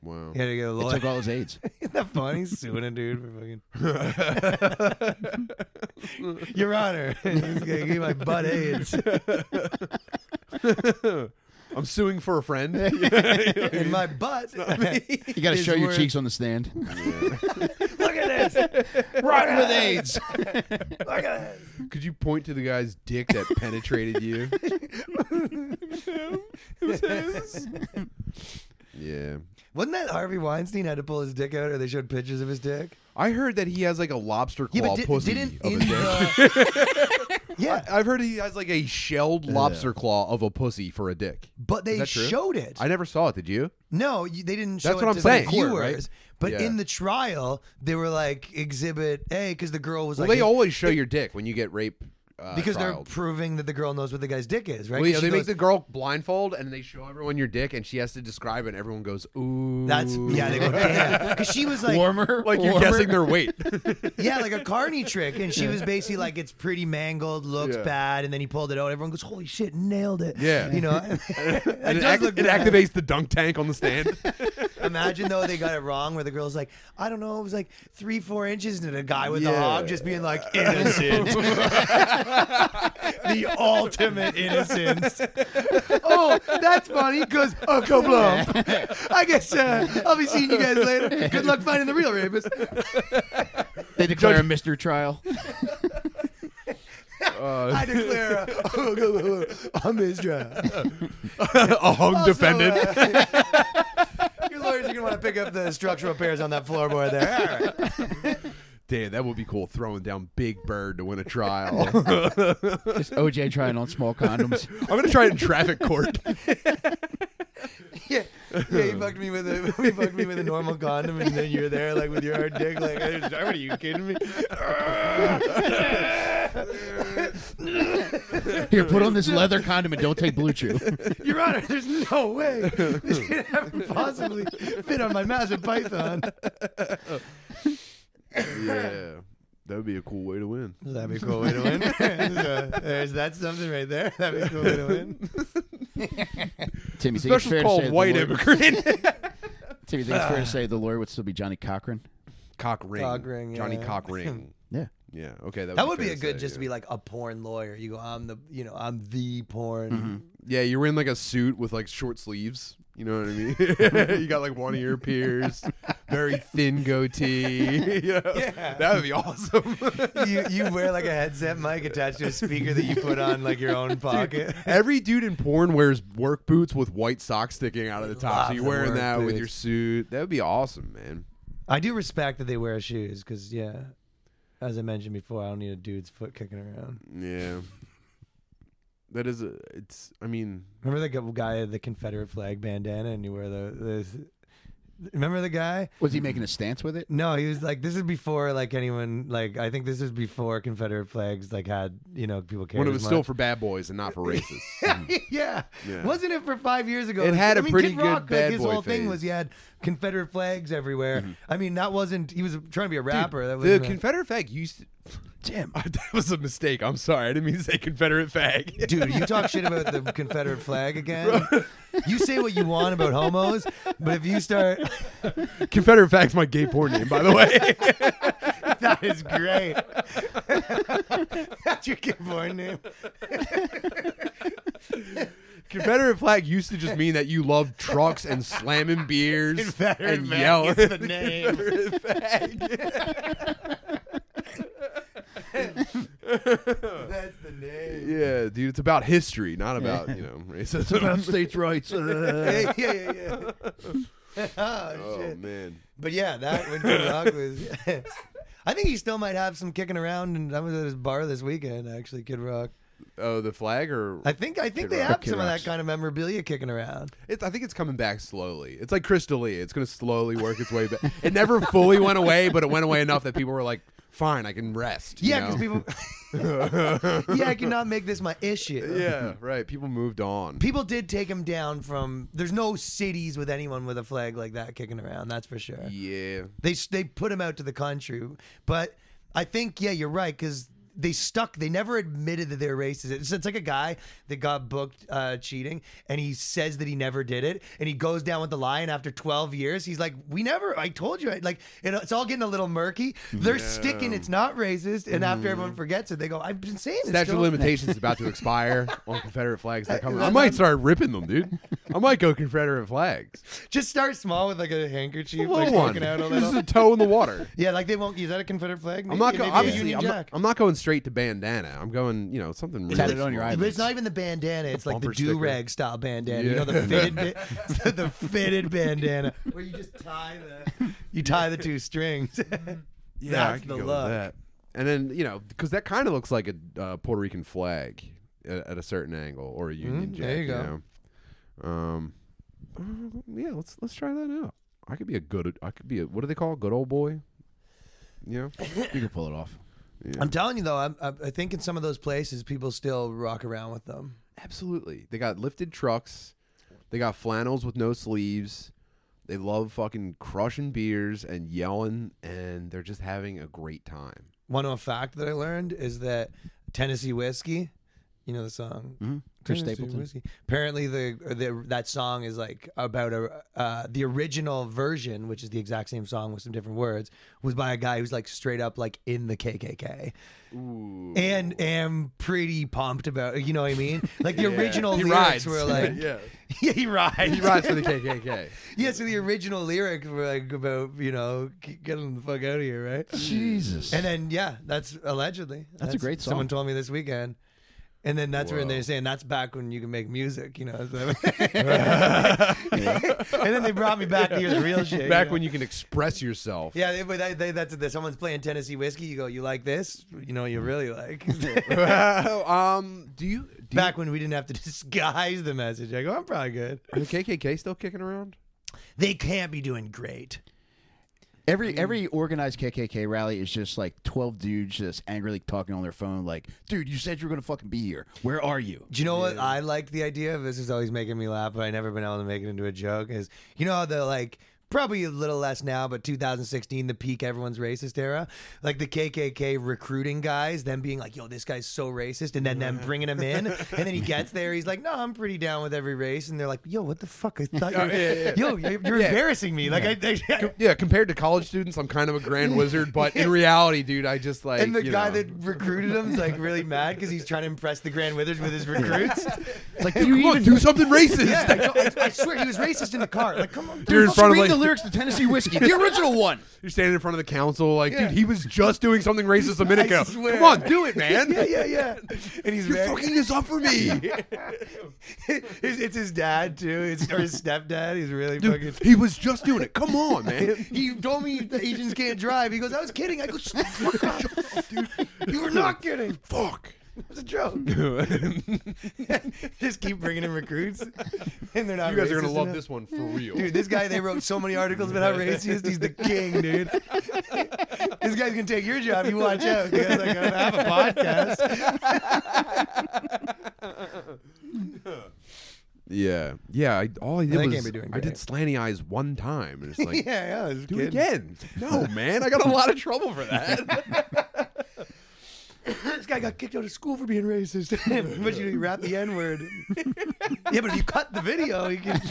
[SPEAKER 1] wow.
[SPEAKER 2] He had to go.
[SPEAKER 3] it
[SPEAKER 2] Lawyer.
[SPEAKER 3] took all his AIDS.
[SPEAKER 2] Isn't that funny? Suing a dude for fucking. Your Honor, this guy gave my butt AIDS
[SPEAKER 1] I'm suing for a friend.
[SPEAKER 2] in my butt.
[SPEAKER 3] You got to
[SPEAKER 2] His
[SPEAKER 3] show your
[SPEAKER 2] word.
[SPEAKER 3] cheeks on the stand.
[SPEAKER 2] Look at this.
[SPEAKER 3] Rotten with AIDS.
[SPEAKER 2] Look at
[SPEAKER 1] Could you point to the guy's dick that penetrated you?
[SPEAKER 2] this.
[SPEAKER 1] Yeah.
[SPEAKER 2] Wasn't that Harvey Weinstein had to pull his dick out, or they showed pictures of his dick?
[SPEAKER 1] I heard that he has like a lobster claw
[SPEAKER 2] di-
[SPEAKER 1] pussy of a dick.
[SPEAKER 2] the- yeah,
[SPEAKER 1] I've heard he has like a shelled lobster claw of a pussy for a dick.
[SPEAKER 2] but they
[SPEAKER 1] that true?
[SPEAKER 2] showed it.
[SPEAKER 1] I never saw it. Did you?
[SPEAKER 2] No, you, they didn't show
[SPEAKER 1] That's
[SPEAKER 2] it
[SPEAKER 1] what I'm
[SPEAKER 2] to
[SPEAKER 1] saying.
[SPEAKER 2] the
[SPEAKER 1] Court,
[SPEAKER 2] viewers.
[SPEAKER 1] right?
[SPEAKER 2] But
[SPEAKER 1] Yeah.
[SPEAKER 2] in the trial, they were like, "Exhibit A," because the girl was
[SPEAKER 1] Well,
[SPEAKER 2] like,
[SPEAKER 1] they always show your dick when you get rape uh,
[SPEAKER 2] because they're
[SPEAKER 1] trialed.
[SPEAKER 2] proving that the girl knows what the guy's dick is, right?
[SPEAKER 1] Well, yeah,
[SPEAKER 2] 'Cause
[SPEAKER 1] they
[SPEAKER 2] she
[SPEAKER 1] make
[SPEAKER 2] goes,
[SPEAKER 1] the girl blindfold and they show everyone your dick, and she has to describe it. and Everyone goes, "Ooh,
[SPEAKER 2] that's yeah, they go damn because she was like
[SPEAKER 3] warmer,
[SPEAKER 1] like you're
[SPEAKER 3] warmer.
[SPEAKER 1] guessing their weight."
[SPEAKER 2] yeah, like a carny trick, and she was basically like it's pretty mangled, looks
[SPEAKER 1] Yeah.
[SPEAKER 2] bad, and then he pulled it out. Everyone goes, holy shit, nailed it.
[SPEAKER 1] Yeah.
[SPEAKER 2] you know,
[SPEAKER 1] and
[SPEAKER 2] it
[SPEAKER 1] it,
[SPEAKER 2] does
[SPEAKER 1] act-
[SPEAKER 2] look
[SPEAKER 1] it
[SPEAKER 2] bad.
[SPEAKER 1] activates the dunk tank on the stand.
[SPEAKER 2] Imagine though they got it wrong, where the girl's like, I don't know, it was like three, four inches, and a guy with a
[SPEAKER 1] Yeah.
[SPEAKER 2] hog just being like innocent, the ultimate innocence. oh, that's funny, because a couple of- I guess uh, I'll be seeing you guys later. Good luck finding the real rapist.
[SPEAKER 3] They declare a mystery trial.
[SPEAKER 1] Uh,
[SPEAKER 2] I declare, uh, I'm Israel.
[SPEAKER 1] a hung
[SPEAKER 2] Also,
[SPEAKER 1] defendant.
[SPEAKER 2] uh, your lawyers are gonna want to pick up the structural repairs on that floorboard there. All right.
[SPEAKER 1] Damn, that would be cool. Throwing down Big Bird to win a trial.
[SPEAKER 3] Just OJ trying on small condoms.
[SPEAKER 1] I'm gonna try it in traffic court.
[SPEAKER 2] Yeah, yeah, you fucked me with a we fucked me with a normal condom, and then you're there like with your hard dick, like are you kidding me?
[SPEAKER 3] Here, put on this leather condom and don't take blue chew.
[SPEAKER 2] Your Honor, there's no way this could ever possibly fit on my massive python.
[SPEAKER 1] yeah, that would be a cool way to win.
[SPEAKER 2] That'd be a cool way to win. So, there's that's something right there. That'd be a cool way to win.
[SPEAKER 3] Timmy, think it's
[SPEAKER 1] Special
[SPEAKER 3] fair to
[SPEAKER 1] call
[SPEAKER 3] say
[SPEAKER 1] white
[SPEAKER 3] the lawyer,
[SPEAKER 1] immigrant.
[SPEAKER 3] Timmy, think it's fair to say the lawyer would still be Johnny Cochran.
[SPEAKER 1] Cock ring.
[SPEAKER 2] Cock ring,
[SPEAKER 1] Johnny
[SPEAKER 2] yeah.
[SPEAKER 1] Cock ring.
[SPEAKER 3] Yeah,
[SPEAKER 1] Yeah. Okay. That,
[SPEAKER 2] That would
[SPEAKER 1] fair
[SPEAKER 2] be a
[SPEAKER 1] to
[SPEAKER 2] good
[SPEAKER 1] say,
[SPEAKER 2] just
[SPEAKER 1] yeah.
[SPEAKER 2] to be like a porn lawyer. You go, I'm the you know I'm the porn.
[SPEAKER 1] Yeah, you were in like a suit with like short sleeves. You know what I mean? you got like one ear pierced, very thin goatee. you know?
[SPEAKER 2] Yeah.
[SPEAKER 1] That would be awesome.
[SPEAKER 2] you you wear like a headset mic attached to a speaker that you put on like your own pocket.
[SPEAKER 1] Every dude in porn wears work boots with white socks sticking out of the top.
[SPEAKER 2] Love
[SPEAKER 1] So you're
[SPEAKER 2] the
[SPEAKER 1] wearing
[SPEAKER 2] work
[SPEAKER 1] that with
[SPEAKER 2] boots.
[SPEAKER 1] your suit. That would be awesome, man.
[SPEAKER 2] I do respect that they wear shoes because yeah, as I mentioned before, I don't need a dude's foot kicking around.
[SPEAKER 1] Yeah. That is a, it's I mean
[SPEAKER 2] Remember the gu- guy with the Confederate flag bandana and you wear the the. Remember the guy?
[SPEAKER 3] was he making a stance with it?
[SPEAKER 2] No, he was like this is before like anyone like I think this is before Confederate flags like had you know people cared
[SPEAKER 1] when it
[SPEAKER 2] as
[SPEAKER 1] was still
[SPEAKER 2] much.
[SPEAKER 1] for bad boys and not for racists.
[SPEAKER 2] yeah.
[SPEAKER 1] Yeah.
[SPEAKER 2] Wasn't it for five years ago?
[SPEAKER 1] It
[SPEAKER 2] Like,
[SPEAKER 1] had
[SPEAKER 2] I
[SPEAKER 1] a
[SPEAKER 2] mean,
[SPEAKER 1] pretty
[SPEAKER 2] Kid
[SPEAKER 1] good
[SPEAKER 2] Rock,
[SPEAKER 1] bad
[SPEAKER 2] like, His
[SPEAKER 1] boy
[SPEAKER 2] whole thing
[SPEAKER 1] phase.
[SPEAKER 2] was he had Confederate flags everywhere. I mean, that wasn't. He was trying to be a rapper. that
[SPEAKER 1] the
[SPEAKER 2] was
[SPEAKER 1] Confederate flag used to,
[SPEAKER 3] Damn.
[SPEAKER 1] that was a mistake. I'm sorry. I didn't mean to say Confederate flag.
[SPEAKER 2] Dude, you talk shit about the Confederate flag again. You say what you want about homos, but if you start,
[SPEAKER 1] Confederate flag's my gay porn name, by the way.
[SPEAKER 2] that is great. That's your kid born name.
[SPEAKER 1] Confederate flag used to just mean that you love trucks and slamming beers
[SPEAKER 2] Confederate
[SPEAKER 1] and
[SPEAKER 2] flag
[SPEAKER 1] yelling.
[SPEAKER 2] is the name.
[SPEAKER 1] Confederate flag.
[SPEAKER 2] That's the name.
[SPEAKER 1] yeah, dude, it's about history, not about you know racism.
[SPEAKER 3] states' rights.
[SPEAKER 2] Yeah, yeah, yeah. yeah. oh,
[SPEAKER 1] oh
[SPEAKER 2] shit.
[SPEAKER 1] man,
[SPEAKER 2] But yeah, that when Kid Rock was. I think he still might have some kicking around, and I was at his bar this weekend. Actually, Kid Rock.
[SPEAKER 1] oh the flag or
[SPEAKER 2] I think I
[SPEAKER 1] Kid
[SPEAKER 2] think they
[SPEAKER 1] Rock.
[SPEAKER 2] have
[SPEAKER 3] Kid
[SPEAKER 2] some of
[SPEAKER 3] Rock's-
[SPEAKER 2] that kind of memorabilia kicking around.
[SPEAKER 1] It's, I think it's coming back slowly. It's like Crystalia. It's going to slowly work its way back. It never fully went away, but it went away enough that people were like, "Fine, I can rest." you
[SPEAKER 2] Yeah, because
[SPEAKER 1] know?
[SPEAKER 2] people. yeah, I cannot make this my issue.
[SPEAKER 1] Yeah, right. People moved on.
[SPEAKER 2] People did take him down from. There's no cities with anyone with a flag like that kicking around. That's for sure.
[SPEAKER 1] Yeah.
[SPEAKER 2] They s- they put him out to the country, but I think yeah, you're right because they stuck. They never admitted that they're racist. It's, it's like a guy that got booked uh, cheating, and he says that he never did it, and he goes down with the lie. And after 12 years, he's like, "We never. I told you. I, like it, it's all getting a little murky. They're sticking. It's not racist. And after everyone forgets it, they go, "I've been saying this.
[SPEAKER 1] Statute Mm-hmm. of
[SPEAKER 2] don't-
[SPEAKER 1] limitations is about to expire on Confederate flags. They're coming. I might start ripping them, dude. I might go Confederate flags.
[SPEAKER 2] Just start small with like a handkerchief,
[SPEAKER 1] Little
[SPEAKER 2] like
[SPEAKER 1] one.
[SPEAKER 2] sticking out a
[SPEAKER 1] This is
[SPEAKER 2] little.
[SPEAKER 1] a toe in the water.
[SPEAKER 2] Yeah, like they won't. Is that a Confederate flag?
[SPEAKER 1] I'm not
[SPEAKER 2] Maybe
[SPEAKER 1] going.
[SPEAKER 2] a
[SPEAKER 1] Obviously,
[SPEAKER 2] Union
[SPEAKER 1] I'm not,
[SPEAKER 2] Jack.
[SPEAKER 1] I'm not going straight to bandana. I'm going. You know, something. Really
[SPEAKER 3] Tatted on your
[SPEAKER 1] small.
[SPEAKER 3] eyelids.
[SPEAKER 2] But it's not even the bandana. It's like the
[SPEAKER 1] bumper sticker.
[SPEAKER 2] do rag style bandana.
[SPEAKER 1] Yeah.
[SPEAKER 2] You know the fitted, ba- the fitted bandana where you just tie the you tie the two strings.
[SPEAKER 1] Yeah,
[SPEAKER 2] That's
[SPEAKER 1] I could
[SPEAKER 2] the
[SPEAKER 1] go with
[SPEAKER 2] look.
[SPEAKER 1] that. And then you know, because that kind of looks like a uh, Puerto Rican flag at, at a certain angle or a Union
[SPEAKER 2] Mm,
[SPEAKER 1] Jack.
[SPEAKER 2] there you go.
[SPEAKER 1] know? Um, uh, yeah, let's let's try that out. I could be a good. I could be a what do they call it? good old boy? Yeah,
[SPEAKER 3] You can pull it off.
[SPEAKER 2] I'm telling you though, I'm, I, I think in some of those places, people still rock around with them.
[SPEAKER 1] Absolutely. They got lifted trucks. They got flannels with no sleeves. They love fucking crushing beers and yelling, and they're just having a great time.
[SPEAKER 2] One of a fact that I learned is that Tennessee whiskey, you know the song,
[SPEAKER 3] Mm-hmm. Chris
[SPEAKER 2] Tennessee
[SPEAKER 3] Stapleton.
[SPEAKER 2] Whiskey. Apparently, the, the that song is like about a uh, the original version, which is the exact same song with some different words, was by a guy who's like straight up like in the KKK,
[SPEAKER 1] Ooh.
[SPEAKER 2] and am pretty pumped about. You know what I mean? Like the original
[SPEAKER 1] he rides.
[SPEAKER 2] lyrics were like,
[SPEAKER 1] yeah.
[SPEAKER 2] yeah, he rides.
[SPEAKER 1] He rides for the KKK.
[SPEAKER 2] Yeah, so the original lyrics were like about you know g- get them the fuck out of here, right?
[SPEAKER 3] Jesus.
[SPEAKER 2] And then yeah, that's allegedly. That's,
[SPEAKER 3] great
[SPEAKER 2] Someone
[SPEAKER 3] song.
[SPEAKER 2] told me this weekend. And then that's when
[SPEAKER 1] Whoa.
[SPEAKER 2] they're saying that's back when you can make music, you know. so- and then they brought me back to hear the real shit.
[SPEAKER 1] Back when you can express yourself.
[SPEAKER 2] yeah, they, but they, they, that's it. Someone's playing Tennessee whiskey. You go, you like this? You know, what you really like.
[SPEAKER 1] um, do you do you-
[SPEAKER 2] back when we didn't have to disguise the message, I go, I'm probably good.
[SPEAKER 1] are the KKK still kicking around?
[SPEAKER 2] They can't be doing great.
[SPEAKER 3] Every every organized KKK rally is just like twelve dudes just angrily talking on their phone, like, "Dude, you said you were gonna fucking be here. Where are you?"
[SPEAKER 2] Do you know what I like the idea of? This is always making me laugh, but I never been able to make it into a joke. Is you know how the like probably a little less now, but 2016, the peak everyone's racist era, like the KKK recruiting guys, them being like, "Yo, this guy's so racist," and then them bringing him in, and then he gets there, he's like, "No, I'm pretty down with every race," and they're like, "Yo, what the fuck? I thought you were,
[SPEAKER 1] Oh, yeah, yeah.
[SPEAKER 2] yo, you're, you're
[SPEAKER 1] Yeah.
[SPEAKER 2] embarrassing me." Like, I, I,
[SPEAKER 1] Yeah, compared to college students, I'm kind of a grand wizard, but in reality, dude, I just like
[SPEAKER 2] and the
[SPEAKER 1] you
[SPEAKER 2] guy
[SPEAKER 1] know.
[SPEAKER 2] that recruited him's like really mad because he's trying to impress the Grand Withers with his recruits.
[SPEAKER 3] It's like, do
[SPEAKER 1] Come
[SPEAKER 3] you
[SPEAKER 1] on,
[SPEAKER 3] even?
[SPEAKER 1] do something racist.
[SPEAKER 2] Yeah, I, don't- I- I swear he was racist in the car. Like, come on,
[SPEAKER 1] You're in
[SPEAKER 3] Just
[SPEAKER 1] front of
[SPEAKER 3] read
[SPEAKER 1] like
[SPEAKER 3] the lyrics to Tennessee Whiskey, the original one.
[SPEAKER 1] You're standing in front of the council, like,
[SPEAKER 3] Yeah.
[SPEAKER 1] dude, he was just doing something racist a minute
[SPEAKER 2] I
[SPEAKER 1] ago.
[SPEAKER 2] swear.
[SPEAKER 1] Come on, do it, man.
[SPEAKER 2] Yeah, yeah, yeah. And he's
[SPEAKER 1] You're
[SPEAKER 2] very-
[SPEAKER 1] fucking this up for me.
[SPEAKER 2] it's, it's his dad too. It's or his stepdad. He's really
[SPEAKER 1] Dude, he was just doing it. Come on, man.
[SPEAKER 2] fucking. He told me the Asians can't drive. He goes, I was kidding. I go, "Shut the fuck up." you were not kidding.
[SPEAKER 1] Fuck.
[SPEAKER 2] It was a joke. Just keep bringing in recruits, and they're not.
[SPEAKER 1] You guys are
[SPEAKER 2] racist
[SPEAKER 1] gonna love
[SPEAKER 2] enough.
[SPEAKER 1] this one for real.
[SPEAKER 2] Dude, this guy, they wrote so many articles about how racist. He's the king, dude. this guy's going to take your job. You watch out. The guy's like, I have a podcast.
[SPEAKER 1] yeah, yeah. I, all I did
[SPEAKER 2] They
[SPEAKER 1] was
[SPEAKER 2] can't be doing
[SPEAKER 1] I did
[SPEAKER 2] great.
[SPEAKER 1] slanty eyes one time, and it's like,
[SPEAKER 2] yeah, yeah. I was
[SPEAKER 1] do
[SPEAKER 2] kidding.
[SPEAKER 1] it again. No, man, I got in a lot of trouble for that.
[SPEAKER 2] this guy got kicked out of school for being racist. but you wrap the N word. yeah, but if you cut the video, you can.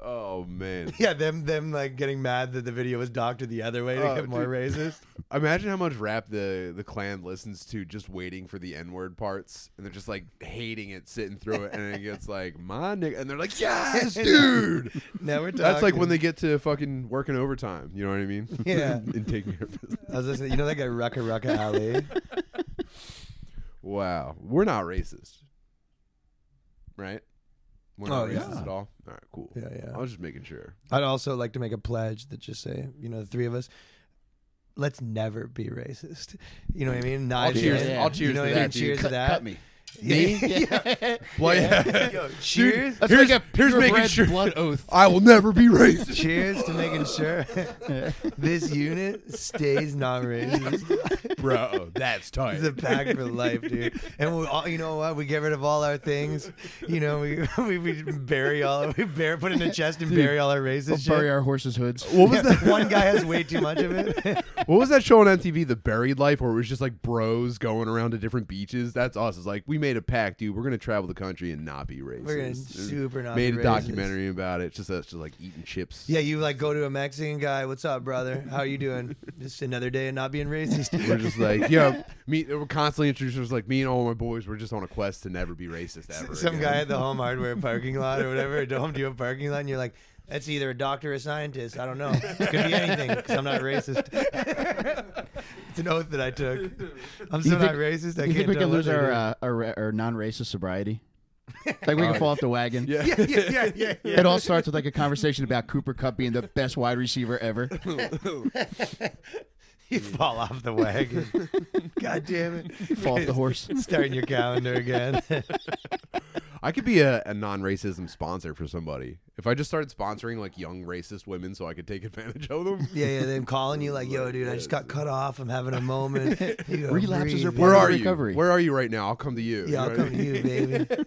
[SPEAKER 1] oh man.
[SPEAKER 2] Yeah, them them like getting mad that the video was doctored the other way to
[SPEAKER 1] Oh,
[SPEAKER 2] get more
[SPEAKER 1] dude.
[SPEAKER 2] racist.
[SPEAKER 1] Imagine how much rap the the clan listens to just waiting for the N word parts, and they're just like hating it, sitting through it, and it gets like my nigga, and they're like, yes, dude.
[SPEAKER 2] Now we're talking.
[SPEAKER 1] That's like when they get to fucking working overtime. You know what I mean?
[SPEAKER 2] Yeah.
[SPEAKER 1] and taking care of business.
[SPEAKER 2] I was listening. You know that guy Rucka Rucka Ali.
[SPEAKER 1] Wow, we're not racist, right? We're not
[SPEAKER 2] Oh,
[SPEAKER 1] racist
[SPEAKER 2] yeah.
[SPEAKER 1] at all. All right, cool.
[SPEAKER 2] Yeah, yeah.
[SPEAKER 1] I was just making sure.
[SPEAKER 2] I'd also like to make a pledge that just say, you know, the three of us, let's never be racist. You know what I mean?
[SPEAKER 1] I'll
[SPEAKER 2] Knives
[SPEAKER 1] cheers.
[SPEAKER 2] in.
[SPEAKER 1] I'll cheers
[SPEAKER 2] You know
[SPEAKER 1] to
[SPEAKER 2] what
[SPEAKER 1] that,
[SPEAKER 2] I mean?
[SPEAKER 1] dude.
[SPEAKER 2] Cheers to
[SPEAKER 3] Cut,
[SPEAKER 2] that.
[SPEAKER 3] cut me.
[SPEAKER 2] Yeah.
[SPEAKER 1] Blood-
[SPEAKER 2] Yo,
[SPEAKER 1] Dude,
[SPEAKER 2] cheers.
[SPEAKER 3] Let's
[SPEAKER 1] here's
[SPEAKER 3] make a
[SPEAKER 1] here's making
[SPEAKER 3] purebred
[SPEAKER 1] sure.
[SPEAKER 3] blood oath.
[SPEAKER 1] I will never be racist.
[SPEAKER 2] Cheers to making sure this unit stays non racist.
[SPEAKER 1] Bro, that's tight.
[SPEAKER 2] It's a pack for life, dude. And we all, you know what? We get rid of all our things. You know, we we, we bury all, we bury, put in a chest and bury all our racist shit.
[SPEAKER 3] Bury our horses' hoods.
[SPEAKER 1] what was that?
[SPEAKER 2] One guy has way too much of it.
[SPEAKER 1] What was that show on MTV, The Buried Life, where it was just like bros going around to different beaches? That's us. It's like we made a pact, dude. We're gonna travel the country and not be racist.
[SPEAKER 2] We're gonna
[SPEAKER 1] And
[SPEAKER 2] super not
[SPEAKER 1] made
[SPEAKER 2] be
[SPEAKER 1] a
[SPEAKER 2] racist.
[SPEAKER 1] documentary about it. It's just us, just like eating chips.
[SPEAKER 2] Yeah, you like go to a Mexican guy. What's up, brother? How you doing? Just another day of not being
[SPEAKER 1] We're
[SPEAKER 2] racist.
[SPEAKER 1] just like, yeah, me. We're constantly introduced as like me and all my boys. We're just on a quest to never be racist ever.
[SPEAKER 2] Some
[SPEAKER 1] again.
[SPEAKER 2] guy at the Home Hardware parking lot or whatever, at Home Depot parking lot, and you're like, that's either a doctor or a scientist. I don't know. It could be anything because I'm not racist. it's an oath that I took. I'm so
[SPEAKER 3] You think-
[SPEAKER 2] not racist. I
[SPEAKER 3] you
[SPEAKER 2] can't
[SPEAKER 3] think we
[SPEAKER 2] tell
[SPEAKER 3] can
[SPEAKER 2] what
[SPEAKER 3] lose
[SPEAKER 2] they
[SPEAKER 3] our,
[SPEAKER 2] do.
[SPEAKER 3] uh, our our non-racist sobriety? Like we can fall off the wagon.
[SPEAKER 1] Yeah.
[SPEAKER 2] yeah, yeah, yeah, yeah, yeah.
[SPEAKER 3] It all starts with like a conversation about Cooper Cup being the best wide receiver ever.
[SPEAKER 2] You fall off the wagon. God damn it.
[SPEAKER 3] Fall off the horse.
[SPEAKER 2] Starting your calendar again.
[SPEAKER 1] I I could be a, a non-racism sponsor for somebody if I just started sponsoring like young racist women, so I could take advantage of them.
[SPEAKER 2] Yeah, yeah. Them calling you like, "Yo, dude, I just got cut off. I'm having a moment." You gotta
[SPEAKER 3] Relapses are
[SPEAKER 2] breathe,
[SPEAKER 1] Where
[SPEAKER 3] Yeah,
[SPEAKER 1] are
[SPEAKER 3] recovery.
[SPEAKER 1] you? Where are you right now? I'll come to you.
[SPEAKER 2] Yeah,
[SPEAKER 1] You know
[SPEAKER 2] I'll
[SPEAKER 1] what I
[SPEAKER 2] come to you,
[SPEAKER 1] mean?
[SPEAKER 2] baby.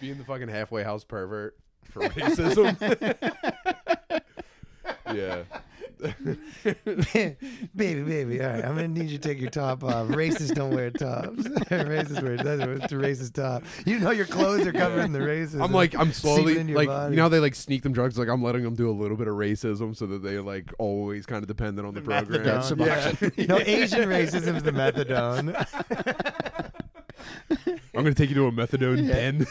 [SPEAKER 1] Being the fucking halfway house pervert for racism. yeah.
[SPEAKER 2] baby, baby. All right, I'm gonna need you to take your top off. Racists don't wear tops. racists wear that's what- it's a racist top. You know your clothes are covered in the racism.
[SPEAKER 1] I'm like, I'm slowly
[SPEAKER 2] Seeping into your
[SPEAKER 1] like,
[SPEAKER 2] body.
[SPEAKER 1] you know, how they like sneak them drugs. Like, I'm letting them do a little bit of racism so that they like always kind of dependent on the program.
[SPEAKER 3] methadone.
[SPEAKER 1] Yeah.
[SPEAKER 2] no Asian racism is the methadone.
[SPEAKER 1] I'm gonna take you to a methadone den.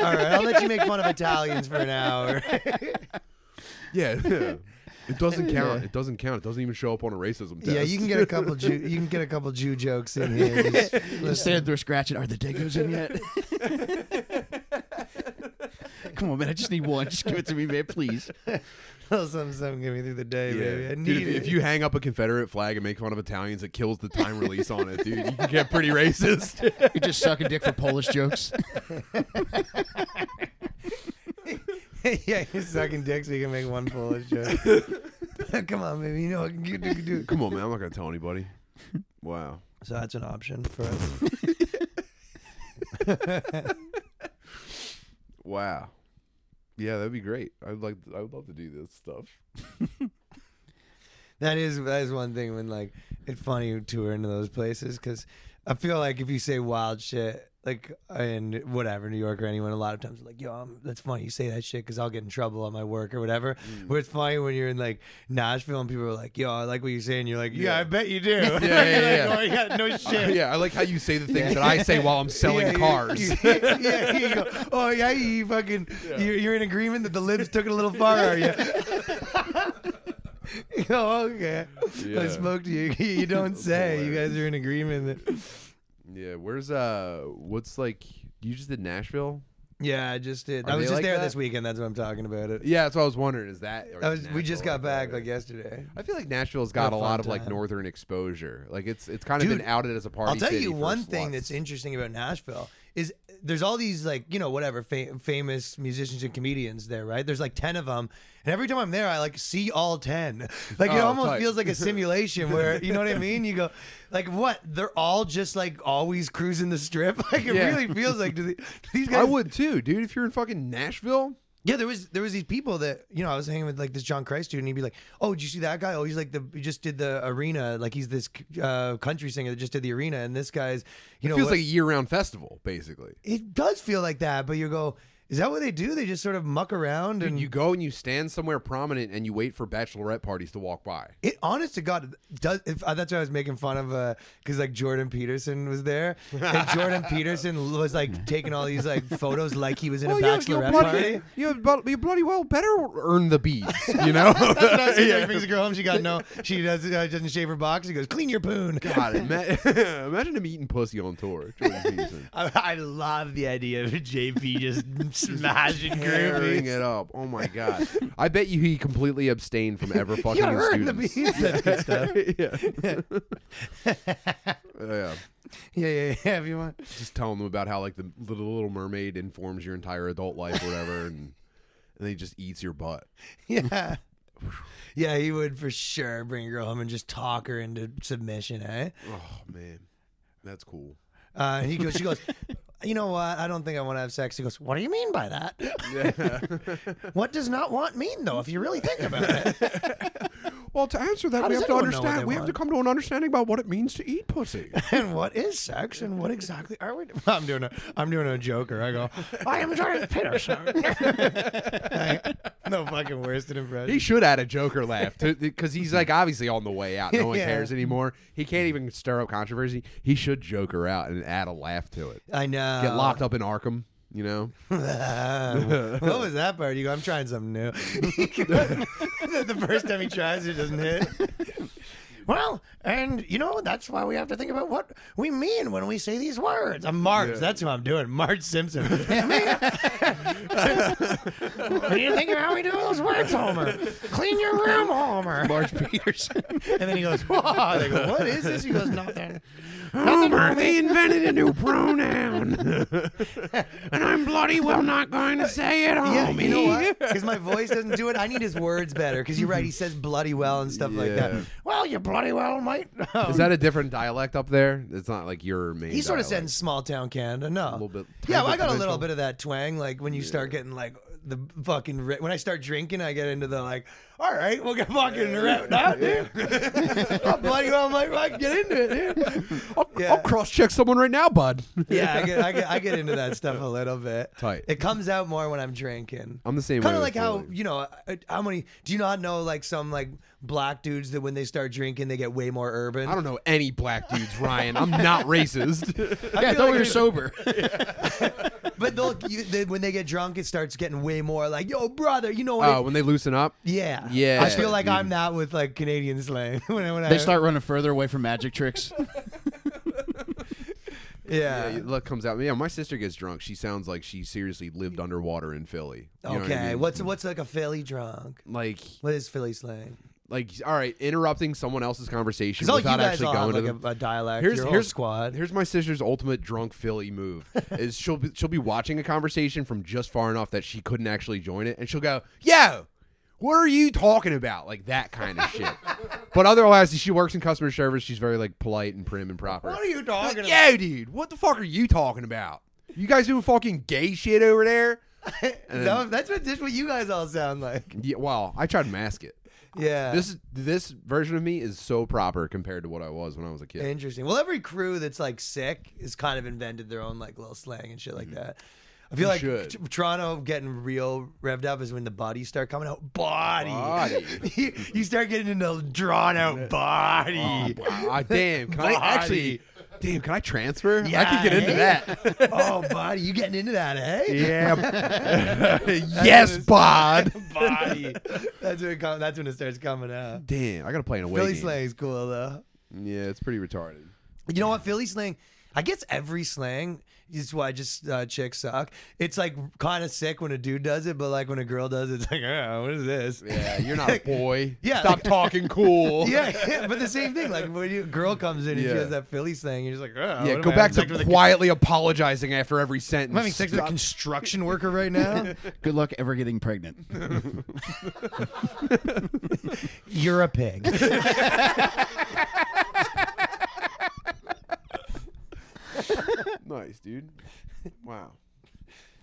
[SPEAKER 2] All right, I'll let you make fun of Italians for an hour.
[SPEAKER 1] yeah, yeah. It doesn't count.
[SPEAKER 2] Yeah.
[SPEAKER 1] It doesn't count. It doesn't even show up on a racism test.
[SPEAKER 2] Yeah, you can get a couple Jew, you can get a couple Jew jokes in here. Just
[SPEAKER 3] Just
[SPEAKER 2] listen.
[SPEAKER 3] stand there scratching. Are the Dagos in yet? Come on, man. I just need one. Just give it to me, man, please.
[SPEAKER 2] Tell something, something get me through the day, baby. I
[SPEAKER 1] Dude,
[SPEAKER 2] need
[SPEAKER 1] if, if you hang up a Confederate flag and make fun of Italians, it kills the time release on it, dude. You can get pretty racist.
[SPEAKER 3] You're just sucking dick for Polish jokes.
[SPEAKER 2] it. yeah, you're sucking dick so you can make one Polish joke. Come on, baby, you know I can do, do, do.
[SPEAKER 1] Come on, man. I'm not gonna tell anybody. Wow.
[SPEAKER 2] So that's an option for us.
[SPEAKER 1] Wow. Yeah, that'd be great. I'd like. I would love to do this stuff.
[SPEAKER 2] That is that is one thing when like it's funny to tour into those places because I feel like if you say wild shit like in whatever New York or anyone, a lot of times like yo, i that's funny you say that shit because I'll get in trouble on my work or whatever. Where it's funny when you're in like Nashville and people are like yo, I like what you say and you're like yeah,
[SPEAKER 1] Yeah.
[SPEAKER 2] I bet you do.
[SPEAKER 1] yeah, yeah.
[SPEAKER 2] Like, oh, yeah, no shit.
[SPEAKER 1] yeah, I like how you say the things that I say while I'm selling
[SPEAKER 2] Yeah, you-
[SPEAKER 1] cars.
[SPEAKER 2] you- yeah, you go, oh yeah, you fucking, You're, you're in agreement that the libs took it a little far, are you? You go, okay. I
[SPEAKER 1] Yeah.
[SPEAKER 2] spoke to you. You don't
[SPEAKER 1] That's
[SPEAKER 2] say. You
[SPEAKER 1] hilarious.
[SPEAKER 2] guys are in agreement. That,
[SPEAKER 1] yeah, where's uh, what's like? You just did Nashville.
[SPEAKER 2] yeah, I just did.
[SPEAKER 1] Are
[SPEAKER 2] I
[SPEAKER 1] they
[SPEAKER 2] was just
[SPEAKER 1] like
[SPEAKER 2] there
[SPEAKER 1] that?
[SPEAKER 2] this weekend. That's what I'm talking about. It.
[SPEAKER 1] Yeah, that's what I was wondering. Is that? or
[SPEAKER 2] I
[SPEAKER 1] is
[SPEAKER 2] was, we just
[SPEAKER 1] Nashville
[SPEAKER 2] got back
[SPEAKER 1] that?
[SPEAKER 2] like yesterday.
[SPEAKER 1] I feel like Nashville's got
[SPEAKER 2] a
[SPEAKER 1] a
[SPEAKER 2] fun
[SPEAKER 1] lot of like
[SPEAKER 2] time.
[SPEAKER 1] northern exposure. Like it's it's kind of
[SPEAKER 2] Dude,
[SPEAKER 1] been outed as a party.
[SPEAKER 2] I'll tell
[SPEAKER 1] city
[SPEAKER 2] you
[SPEAKER 1] for
[SPEAKER 2] one thing
[SPEAKER 1] sluts.
[SPEAKER 2] that's interesting about Nashville is there's all these like you know whatever fa- famous musicians and comedians there, right? There's like ten of them, and every time I'm there, I like see all ten. Like it
[SPEAKER 1] Oh,
[SPEAKER 2] almost
[SPEAKER 1] tight.
[SPEAKER 2] feels like a simulation where you know what I mean. You go like, what? They're all just like always cruising the strip. Like it
[SPEAKER 1] Yeah.
[SPEAKER 2] really feels like do they- do these guys.
[SPEAKER 1] I would too, dude. If you're in fucking Nashville,
[SPEAKER 2] Yeah, there was there was these people that you know I was hanging with like this John Christ dude, and he'd be like, "Oh, did you see that guy? Oh, he's like the he just did the arena. Like he's this uh, country singer that just did the arena, and this guy's you
[SPEAKER 1] it
[SPEAKER 2] know
[SPEAKER 1] feels
[SPEAKER 2] what-
[SPEAKER 1] like a year-round festival, basically.
[SPEAKER 2] it does feel like that, but you go, is that what they do? They just sort of muck around and
[SPEAKER 1] You go and you stand somewhere prominent and you wait for bachelorette parties to walk by.
[SPEAKER 2] it. Honest to God, does if, uh, that's what I was making fun of because like Jordan Peterson was there, and Jordan Peterson was like taking all these like photos like he was in a bachelorette party.
[SPEAKER 1] you, bloody, you bloody well better earn the beads, you know?
[SPEAKER 2] He like, brings a girl home. She got no. She does, uh, doesn't shave her box. He goes, "Clean your poon."
[SPEAKER 1] God, ima- imagine him eating pussy on tour. Jordan Peterson.
[SPEAKER 2] I, I love the idea of JP just smashing
[SPEAKER 1] Tearing
[SPEAKER 2] groupies.
[SPEAKER 1] it up. Oh my god! I bet you he completely abstained from ever fucking
[SPEAKER 2] You
[SPEAKER 1] his
[SPEAKER 2] earned the
[SPEAKER 1] students.
[SPEAKER 2] beans. That's good stuff.
[SPEAKER 1] yeah. yeah.
[SPEAKER 2] Yeah, yeah, yeah. If you want.
[SPEAKER 1] just telling them about how like the little Little Mermaid informs your entire adult life, or whatever, and and he just eats your butt.
[SPEAKER 2] Yeah. Yeah, he would for sure bring a girl home and just talk her into submission, eh?
[SPEAKER 1] Oh man, that's cool.
[SPEAKER 2] Uh, he goes, she goes, you know what? I don't think I want to have sex. He goes, what do you mean by that?
[SPEAKER 1] Yeah.
[SPEAKER 2] What does not want mean though? If you really think about it,
[SPEAKER 1] well, to answer that,
[SPEAKER 2] How
[SPEAKER 1] we
[SPEAKER 2] does
[SPEAKER 1] have to
[SPEAKER 2] anyone know what
[SPEAKER 1] understand.
[SPEAKER 2] they
[SPEAKER 1] We have to
[SPEAKER 2] want?
[SPEAKER 1] come to an understanding about what it means to eat pussy.
[SPEAKER 2] and what is sex, and what exactly are we? Doing? I'm doing a, I'm doing a Joker. I go, I am Jordan Peterson. no fucking worse than impression.
[SPEAKER 1] he should add a Joker laugh because he's like obviously on the way out. No one
[SPEAKER 2] Yeah.
[SPEAKER 1] cares anymore. He can't even stir up controversy. He should Joker out and add a laugh to it.
[SPEAKER 2] I know.
[SPEAKER 1] Get locked up in Arkham. You know,
[SPEAKER 2] what was that part? You go, I'm trying something new. the first time he tries, it doesn't hit. well, and you know, that's why we have to think about what we mean when we say these words. I'm Marge. That's who I'm doing. Marge Simpson. what do you think of how we do those words, Homer? Clean your room, Homer.
[SPEAKER 3] Marge Peterson.
[SPEAKER 2] And then he goes, Whoa. They go, what is this? He goes, nothing.
[SPEAKER 4] Homer, they invented a new pronoun. and I'm bloody well not going to say it,
[SPEAKER 1] Oh,
[SPEAKER 2] Yeah,
[SPEAKER 4] homie.
[SPEAKER 2] you know what? Because my voice doesn't do it. I need his words better. Because you're right, he says bloody well and stuff like
[SPEAKER 1] Yeah.
[SPEAKER 2] that. Well, you bloody well might. um,
[SPEAKER 1] Is that a different dialect up there? It's not like your main.
[SPEAKER 2] he sort of
[SPEAKER 1] dialect.
[SPEAKER 2] sends small town Canada. No, a
[SPEAKER 1] little bit-
[SPEAKER 2] Yeah,
[SPEAKER 1] tiny
[SPEAKER 2] well, I
[SPEAKER 1] bit
[SPEAKER 2] got a little
[SPEAKER 1] provincial.
[SPEAKER 2] bit of that twang. Like when you start getting like the fucking ri- when I start drinking, I get into the like, all right, we'll get fucking ripped out, dude. I'm bloody well might might get into it, dude.
[SPEAKER 1] I'll,
[SPEAKER 2] Yeah.
[SPEAKER 1] I'll cross check someone right now, bud.
[SPEAKER 2] Yeah, I get, I get I get into that stuff a little bit.
[SPEAKER 1] Tight.
[SPEAKER 2] It comes out more when I'm drinking.
[SPEAKER 1] I'm the same.
[SPEAKER 2] kind
[SPEAKER 1] way
[SPEAKER 2] of
[SPEAKER 1] with
[SPEAKER 2] like how
[SPEAKER 1] food.
[SPEAKER 2] you know uh, how many do you not know like some like black dudes that when they start drinking they get way more urban
[SPEAKER 1] I don't know any black dudes, Ryan. I'm not racist.
[SPEAKER 2] I
[SPEAKER 3] yeah, I
[SPEAKER 2] feel
[SPEAKER 3] thought we
[SPEAKER 2] like
[SPEAKER 3] were
[SPEAKER 2] it's-
[SPEAKER 3] sober.
[SPEAKER 1] Uh,
[SPEAKER 2] but they'll you, they, when they get drunk it starts getting way more like yo brother you know what
[SPEAKER 1] Oh,
[SPEAKER 2] it-
[SPEAKER 1] when they loosen up.
[SPEAKER 2] yeah
[SPEAKER 1] Yeah. Mm.
[SPEAKER 2] i feel like i'm that with like canadian slang when, I- when I,
[SPEAKER 3] they start running further away from magic tricks.
[SPEAKER 2] yeah,
[SPEAKER 1] Yeah, uh, look comes out. Yeah, my sister gets drunk. She sounds like she seriously lived underwater in Philly. You know what I
[SPEAKER 2] okay
[SPEAKER 1] mean?
[SPEAKER 2] what's what's like a philly drunk
[SPEAKER 1] like
[SPEAKER 2] what is philly slang
[SPEAKER 1] like all right, interrupting someone else's conversation
[SPEAKER 2] because all you
[SPEAKER 1] without
[SPEAKER 2] guys
[SPEAKER 1] actually
[SPEAKER 2] all
[SPEAKER 1] going
[SPEAKER 2] have
[SPEAKER 1] to
[SPEAKER 2] like
[SPEAKER 1] them.
[SPEAKER 2] a, a dialect
[SPEAKER 1] Here's
[SPEAKER 2] your whole
[SPEAKER 1] here's
[SPEAKER 2] squad
[SPEAKER 1] Here's my sister's ultimate drunk Philly move: is she'll be, she'll be watching a conversation from just far enough that she couldn't actually join it, and she'll go, "Yo, what are you talking about?" Like that kind of shit. But otherwise, she works in customer service. She's very like polite and prim and proper.
[SPEAKER 2] what are you talking about
[SPEAKER 1] Yo, dude, what the fuck are you talking about? You guys doing fucking gay shit over there?
[SPEAKER 2] That- that's what, that's what you guys all sound like
[SPEAKER 1] Yeah, well, I tried to mask it.
[SPEAKER 2] yeah
[SPEAKER 1] This this version of me is so proper compared to what I was when I was a kid.
[SPEAKER 2] Interesting. Well, every crew that's like sick has kind of invented their own like little slang and shit like that. I feel like
[SPEAKER 1] Mm-hmm. should.
[SPEAKER 2] t- Toronto getting real revved up is when the bodies start coming out. Body.
[SPEAKER 1] Body.
[SPEAKER 2] you, you start getting into drawn out body.
[SPEAKER 1] Oh, wow. damn, can I
[SPEAKER 2] Body.
[SPEAKER 1] actually? Damn, can I transfer? I
[SPEAKER 2] Yeah,
[SPEAKER 1] could get into
[SPEAKER 2] eh?
[SPEAKER 1] that.
[SPEAKER 2] oh, body. You getting into that, eh?
[SPEAKER 1] Yeah. yes, bod.
[SPEAKER 2] Body. that's when it com- that's when it starts coming out.
[SPEAKER 1] Damn, I gotta play an away
[SPEAKER 2] Philly
[SPEAKER 1] game.
[SPEAKER 2] slang's cool though.
[SPEAKER 1] Yeah, it's pretty retarded.
[SPEAKER 2] You know what, Philly slang? I guess every slang is why just uh, chicks suck. It's like kind of sick when a dude does it, but like when a girl does it, it's like, oh, what is this?
[SPEAKER 1] Yeah, you're not a boy.
[SPEAKER 2] Yeah,
[SPEAKER 1] Stop
[SPEAKER 2] like-
[SPEAKER 1] talking cool.
[SPEAKER 2] Yeah, yeah, but the same thing. Like when you, a girl comes in and
[SPEAKER 1] Yeah.
[SPEAKER 2] she has that Philly slang, you're just like, oh,
[SPEAKER 1] Yeah,
[SPEAKER 2] what
[SPEAKER 1] go
[SPEAKER 2] am I
[SPEAKER 1] back
[SPEAKER 2] having sex
[SPEAKER 1] to
[SPEAKER 2] with a-
[SPEAKER 1] quietly apologizing after every sentence.
[SPEAKER 2] I'm having sex with a
[SPEAKER 1] Stop-
[SPEAKER 2] construction worker right now.
[SPEAKER 3] Good luck ever getting pregnant.
[SPEAKER 2] You're a pig.
[SPEAKER 1] Nice, dude. Wow.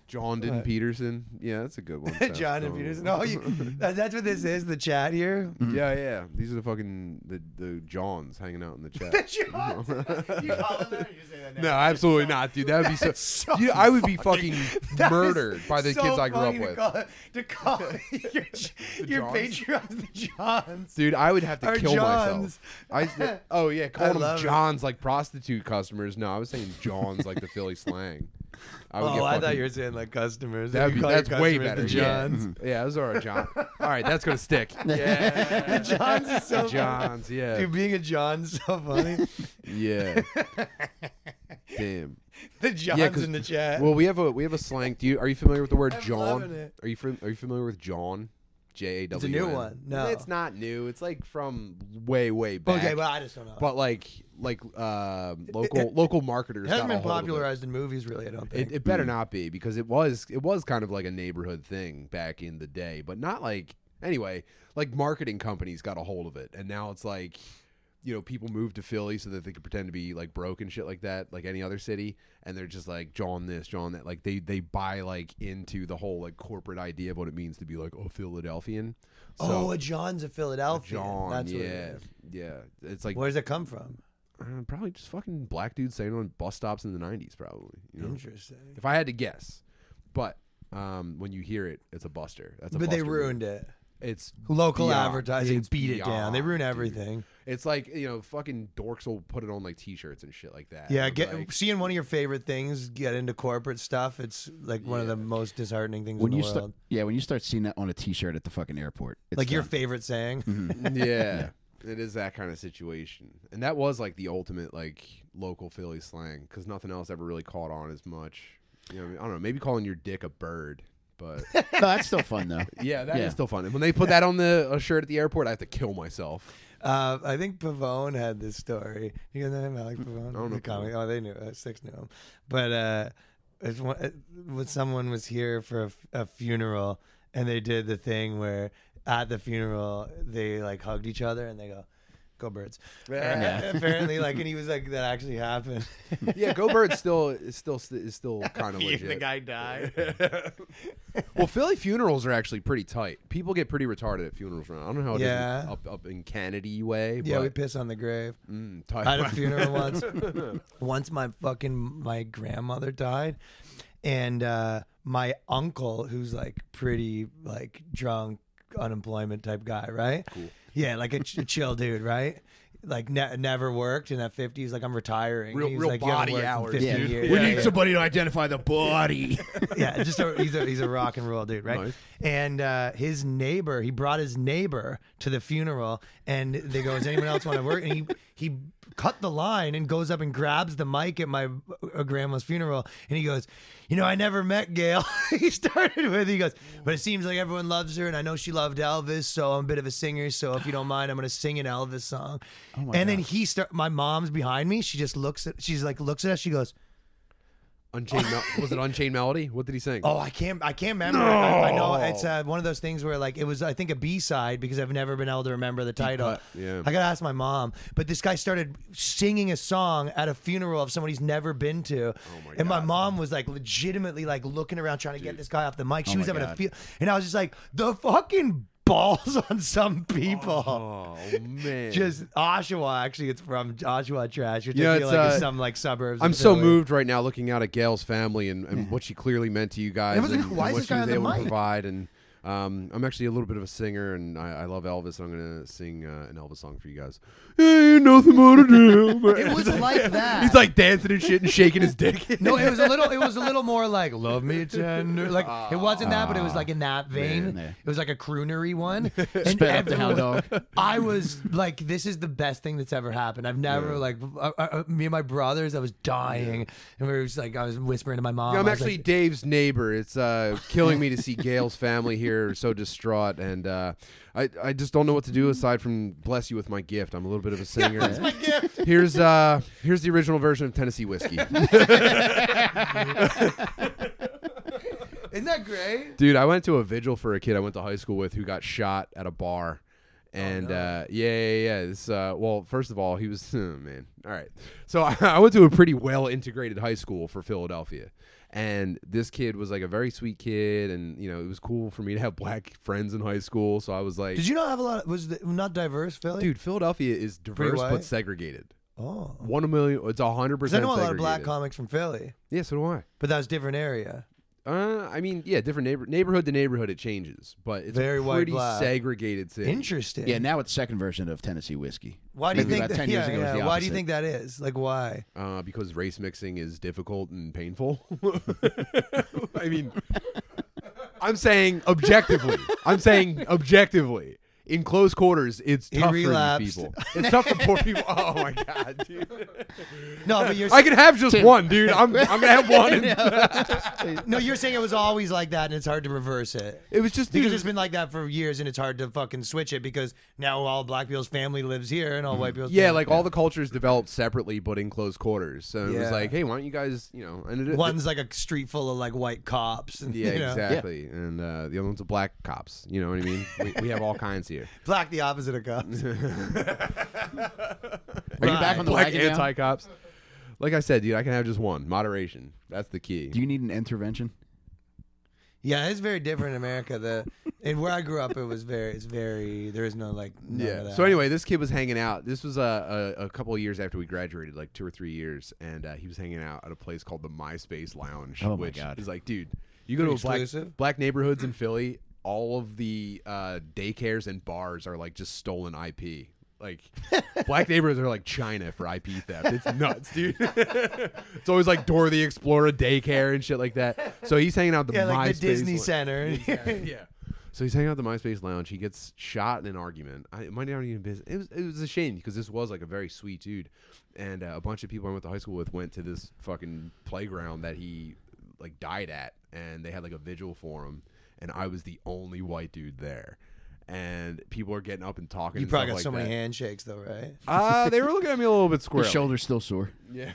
[SPEAKER 1] John Didden Peterson. Yeah, that's a good one.
[SPEAKER 2] John and Peterson. Oh, you, that- that's what this is. The chat here.
[SPEAKER 1] Yeah, yeah. These are the fucking the, the Johns hanging out in the
[SPEAKER 2] The
[SPEAKER 1] chat.
[SPEAKER 2] Johns. You call them that or you say that now?
[SPEAKER 1] no, absolutely not, dude. That would be so.
[SPEAKER 2] That's so
[SPEAKER 1] Dude, I would be fucking
[SPEAKER 2] That is
[SPEAKER 1] murdered by the
[SPEAKER 2] so
[SPEAKER 1] kids I grew up
[SPEAKER 2] funny
[SPEAKER 1] with.
[SPEAKER 2] To call, to call your, your
[SPEAKER 1] Johns?
[SPEAKER 2] Patreons the Johns.
[SPEAKER 1] Dude, I would have to
[SPEAKER 2] Or
[SPEAKER 1] kill
[SPEAKER 2] Johns.
[SPEAKER 1] myself. I oh yeah,
[SPEAKER 2] I
[SPEAKER 1] call them
[SPEAKER 2] love it.
[SPEAKER 1] Johns like prostitute customers. No, I was saying Johns like the Philly slang. I
[SPEAKER 2] Oh,
[SPEAKER 1] would get fucking-
[SPEAKER 2] were saying like customers.
[SPEAKER 1] That'd be, that's way better.
[SPEAKER 2] The
[SPEAKER 1] yeah. Mm-hmm.
[SPEAKER 2] Johns.
[SPEAKER 1] Mhm. Yeah, those are our John. All right, that's gonna stick. Yeah,
[SPEAKER 2] the Johns is so funny.
[SPEAKER 1] Johns. Yeah,
[SPEAKER 2] Dude, being a John is so funny.
[SPEAKER 1] yeah. Damn.
[SPEAKER 2] the Johns
[SPEAKER 1] 'cause-
[SPEAKER 2] in the chat.
[SPEAKER 1] Well, we have a we have a slang. Do you are you familiar with the word
[SPEAKER 2] I'm loving
[SPEAKER 1] John?
[SPEAKER 2] it.
[SPEAKER 1] Are you fam- are you familiar with John? J A W.
[SPEAKER 2] It's a new one. No.
[SPEAKER 1] it's not new. It's like from way way back.
[SPEAKER 2] okay, well, I just don't know.
[SPEAKER 1] but like like uh, local local marketers
[SPEAKER 2] it hasn't
[SPEAKER 1] got a
[SPEAKER 2] been
[SPEAKER 1] hold of it.
[SPEAKER 2] popularized in movies, really. I don't think.
[SPEAKER 1] It, it better not be because it was it was kind of like a neighborhood thing back in the day, but not like anyway. Like marketing companies got a hold of it, and now it's like you know people move to Philly so that they could pretend to be like broke and shit like that, like any other city, and they're just like John this, John that. Like they they buy like into the whole like corporate idea of what it means to be like a Philadelphian.
[SPEAKER 2] oh,
[SPEAKER 1] So
[SPEAKER 2] a John's of Philadelphia.
[SPEAKER 1] John,
[SPEAKER 2] That's
[SPEAKER 1] yeah,
[SPEAKER 2] what it is.
[SPEAKER 1] yeah. It's like
[SPEAKER 2] Where does it come from?
[SPEAKER 1] uh, probably just fucking black dudes saying on bus stops in the '90s, probably. You know?
[SPEAKER 2] Interesting.
[SPEAKER 1] If I had to guess, but um, when you hear it, it's a buster. That's a
[SPEAKER 2] But they
[SPEAKER 1] buster
[SPEAKER 2] ruined it.
[SPEAKER 1] move. It's
[SPEAKER 2] Local
[SPEAKER 1] beyond-
[SPEAKER 2] advertising
[SPEAKER 1] it's
[SPEAKER 2] beat it down. They ruin
[SPEAKER 1] beyond, dude.
[SPEAKER 2] everything.
[SPEAKER 1] It's like you know, fucking dorks will put it on like t-shirts and shit like that.
[SPEAKER 2] Yeah,
[SPEAKER 1] And
[SPEAKER 2] get,
[SPEAKER 1] like,
[SPEAKER 2] seeing one of your favorite things get into corporate stuff, it's like one of the most disheartening things
[SPEAKER 3] when
[SPEAKER 2] in
[SPEAKER 3] you
[SPEAKER 2] the world.
[SPEAKER 3] start, yeah, when you start seeing that on a T-shirt at the fucking airport, it's Mm-hmm.
[SPEAKER 2] like your
[SPEAKER 3] done.
[SPEAKER 2] favorite saying.
[SPEAKER 1] yeah. It is that kind of situation, and that was like the ultimate like local Philly slang because nothing else ever really caught on as much. You know, what I, mean? I don't know. Maybe calling your dick a bird, but
[SPEAKER 3] No, that's still fun though.
[SPEAKER 1] yeah, that is
[SPEAKER 3] Yeah.
[SPEAKER 1] still fun. And when they put that on the a shirt at the airport, I have to kill myself.
[SPEAKER 2] Uh, I think Pavone had this story. You guys know him, Alec Pavone,
[SPEAKER 1] don't know
[SPEAKER 2] the comic. Oh, they knew. Uh, Six knew him, but uh, it's one, uh, when someone was here for a, f- a funeral, and they did the thing where at the funeral they like hugged each other and they go, "Go birds."
[SPEAKER 1] Yeah.
[SPEAKER 2] Uh, apparently, like, and he was like, "That actually happened."
[SPEAKER 1] Yeah, Go Bird still is still is still kind of legit.
[SPEAKER 2] the guy died.
[SPEAKER 1] Well, Philly funerals are actually pretty tight. People get pretty retarded at funerals around. I don't know how it is
[SPEAKER 2] Yeah.
[SPEAKER 1] in- up up in Kennedy way.
[SPEAKER 2] yeah, we
[SPEAKER 1] but,
[SPEAKER 2] piss on the grave.
[SPEAKER 1] mm, tight.
[SPEAKER 2] I had a funeral once. once my fucking my grandmother died, and uh, my uncle, who's like pretty like drunk unemployment type guy, right? Cool. Yeah, like a, ch- a chill dude, right? Like ne- never worked in that fifty. He's like, I'm retiring.
[SPEAKER 1] Real-
[SPEAKER 2] He's
[SPEAKER 1] real
[SPEAKER 2] like, "You haven't
[SPEAKER 1] body
[SPEAKER 2] worked in
[SPEAKER 1] hours,
[SPEAKER 2] 50
[SPEAKER 3] dude.
[SPEAKER 2] years."
[SPEAKER 4] we
[SPEAKER 2] Yeah,
[SPEAKER 4] need
[SPEAKER 2] yeah
[SPEAKER 4] somebody to identify the body.
[SPEAKER 2] yeah, just a, he's a he's a rock and roll dude, right?
[SPEAKER 1] Nice.
[SPEAKER 2] And uh, his neighbor, he brought his neighbor to the funeral, and they go, "Does anyone else want to work?" And he he cut the line and goes up and grabs the mic at my uh, grandma's funeral, and he goes, "You know, I never met Gail." he started with, he goes, "But it seems like everyone loves her, and I know she loved Elvis, so I'm a bit of a singer. So if you don't mind, I'm gonna sing an Elvis song." and then he start. My mom's behind me. She just looks at. She's like looks at us. She goes.
[SPEAKER 1] Unchained Mel- was it Unchained Melody? What did he sing?
[SPEAKER 2] Oh, I can't. I can't remember. I, I know it's uh, one of those things where like it was. I think a B side because I've never been able to remember the title.
[SPEAKER 1] cut, yeah.
[SPEAKER 2] I gotta ask my mom. But this guy started singing a song at a funeral of someone he's never been
[SPEAKER 1] Oh
[SPEAKER 2] to, and my mom was like legitimately like looking around trying to get this guy off the mic.
[SPEAKER 1] Oh
[SPEAKER 2] She was
[SPEAKER 3] my
[SPEAKER 2] having a
[SPEAKER 3] God.
[SPEAKER 2] feel, and I was just like the fucking balls on some people.
[SPEAKER 1] Oh, man.
[SPEAKER 2] Just Oshawa, actually, it's from Oshawa trash. You're
[SPEAKER 1] know,
[SPEAKER 2] thinking
[SPEAKER 1] it's,
[SPEAKER 2] like it's
[SPEAKER 1] uh,
[SPEAKER 2] some like suburbs. of
[SPEAKER 1] I'm so
[SPEAKER 2] Philly.
[SPEAKER 1] moved right now looking out at Gail's family and, and what she clearly meant to you guys
[SPEAKER 2] I was
[SPEAKER 1] and,
[SPEAKER 2] like,
[SPEAKER 1] and
[SPEAKER 2] why is
[SPEAKER 1] what
[SPEAKER 2] this
[SPEAKER 1] she
[SPEAKER 2] guy
[SPEAKER 1] was
[SPEAKER 2] on the
[SPEAKER 1] able to
[SPEAKER 2] mic?
[SPEAKER 1] provide. And um, I'm actually a little bit of a singer, and I, I love Elvis. So I'm gonna sing uh, an Elvis song for you guys. Ain't nothing but a dream.
[SPEAKER 2] It was like that.
[SPEAKER 1] He's like dancing and shit and shaking his dick.
[SPEAKER 2] No, it was a little. It was a little more like "Love Me Tender." Like it wasn't that, but it was like in that vein.
[SPEAKER 3] man.
[SPEAKER 2] It was like a croonery one.
[SPEAKER 3] Sped up the hound dog.
[SPEAKER 2] I was like, "This is the best thing that's ever happened." I've never like uh, uh, uh, me and my brothers. I was dying, and we were just like, I was whispering to my mom.
[SPEAKER 1] I'm
[SPEAKER 2] I was
[SPEAKER 1] actually
[SPEAKER 2] like,
[SPEAKER 1] Dave's neighbor. It's uh, killing me to see Gail's family here so distraught, and uh, I I just don't know what to do aside from bless you with my gift. I'm a little bit of a singer. Here's uh here's the original version of Tennessee whiskey,
[SPEAKER 2] "Isn't that great?"
[SPEAKER 1] dude. I went to a vigil for a kid I went to high school with who got shot at a bar.
[SPEAKER 2] Oh,
[SPEAKER 1] And uh, yeah, yeah, yeah. This, uh, well, first of all, he was oh, man. All right, so I, I went to a pretty well-integrated high school for Philadelphia, and this kid was like a very sweet kid, and you know it was cool for me to have black friends in high school. So I was like,
[SPEAKER 2] Did you not have a lot? was the, not diverse, Philly?
[SPEAKER 1] dude, Philadelphia is diverse
[SPEAKER 2] white?
[SPEAKER 1] but segregated.
[SPEAKER 2] oh, 'Cause
[SPEAKER 1] One million, it's hundred
[SPEAKER 2] I
[SPEAKER 1] percent.
[SPEAKER 2] know a lot of black comics from Philly,
[SPEAKER 1] Yeah, so do I.
[SPEAKER 2] but that was different area.
[SPEAKER 1] Uh, I mean, yeah, different neighbor neighborhood to neighborhood, it changes, but it's
[SPEAKER 2] Very
[SPEAKER 1] a
[SPEAKER 2] white
[SPEAKER 1] pretty
[SPEAKER 2] black.
[SPEAKER 1] segregated city.
[SPEAKER 2] Interesting.
[SPEAKER 3] Yeah, now it's second version of Tennessee whiskey.
[SPEAKER 2] Why do you
[SPEAKER 3] Maybe
[SPEAKER 2] think?
[SPEAKER 3] about
[SPEAKER 2] that-
[SPEAKER 3] 10 years
[SPEAKER 2] yeah,
[SPEAKER 3] ago it was
[SPEAKER 2] yeah.
[SPEAKER 3] the
[SPEAKER 2] Why do you
[SPEAKER 3] opposite.
[SPEAKER 2] think that is? Like, why?
[SPEAKER 1] uh, because race mixing is difficult and painful. I mean, I'm saying objectively. I'm saying objectively. In close quarters, it's tough for these
[SPEAKER 2] relapsed.
[SPEAKER 1] people. It's tough for poor people. Oh my god, dude!
[SPEAKER 2] No, but you're
[SPEAKER 1] I can have just one, dude. I'm, I'm gonna have one.
[SPEAKER 2] No, you're saying it was always like that, and it's hard to reverse it
[SPEAKER 1] it was just, dude.
[SPEAKER 2] because it's been like that for years, and it's hard to fucking switch it because now all black people's family lives here, and all white people's
[SPEAKER 1] Mm-hmm. Yeah,
[SPEAKER 2] family-
[SPEAKER 1] like all the cultures developed separately but in close quarters. So it was
[SPEAKER 2] Yeah.
[SPEAKER 1] like, hey, why don't you guys, you know, and it,
[SPEAKER 2] one's like a street full of like white cops. And,
[SPEAKER 1] yeah,
[SPEAKER 2] you know,
[SPEAKER 1] exactly. And uh, the other one's a black cops. You know what I mean? we, we have all kinds here.
[SPEAKER 2] Black the opposite of cops.
[SPEAKER 3] Are you back
[SPEAKER 2] Right.
[SPEAKER 3] on the
[SPEAKER 1] black
[SPEAKER 3] wagon now?
[SPEAKER 1] anti cops. Like I said, dude, I can have just one. Moderation. That's the key.
[SPEAKER 3] Do you need an intervention?
[SPEAKER 2] yeah, it's very different in America. The and where I grew up, it was very, it's very. There is no like. none of
[SPEAKER 1] yeah.
[SPEAKER 2] that.
[SPEAKER 1] So anyway, this kid was hanging out. This was uh, a, a, a couple of years after we graduated, like two or three years, and uh, he was hanging out at a place called the MySpace Lounge,
[SPEAKER 3] Oh my
[SPEAKER 1] which
[SPEAKER 3] God.
[SPEAKER 1] is like, dude, you go to a black,
[SPEAKER 2] Exclusive?
[SPEAKER 1] black neighborhoods in Philly, all of the uh, daycares and bars are like just stolen IP. Like black neighborhoods are like China for IP theft. It's nuts, dude. it's always like Dora the Explorer daycare and shit like that. So he's hanging out at the
[SPEAKER 2] yeah, like
[SPEAKER 1] MySpace
[SPEAKER 2] the Disney
[SPEAKER 1] Lounge.
[SPEAKER 2] Center.
[SPEAKER 1] yeah. So he's hanging out at the MySpace lounge. He gets shot in an argument. I, it might not even be. It was, it was a shame because this was like a very sweet dude, and uh, a bunch of people I went to high school with went to this fucking playground that he like died at, and they had like a vigil for him, and I was the only white dude there, and people are getting up and talking.
[SPEAKER 2] You
[SPEAKER 1] and
[SPEAKER 2] probably got
[SPEAKER 1] stuff
[SPEAKER 2] so
[SPEAKER 1] like
[SPEAKER 2] many
[SPEAKER 1] that.
[SPEAKER 2] handshakes though, right?
[SPEAKER 1] Uh, they were looking at me a little bit
[SPEAKER 3] Your
[SPEAKER 1] square.
[SPEAKER 3] shoulder's still sore.
[SPEAKER 1] Yeah.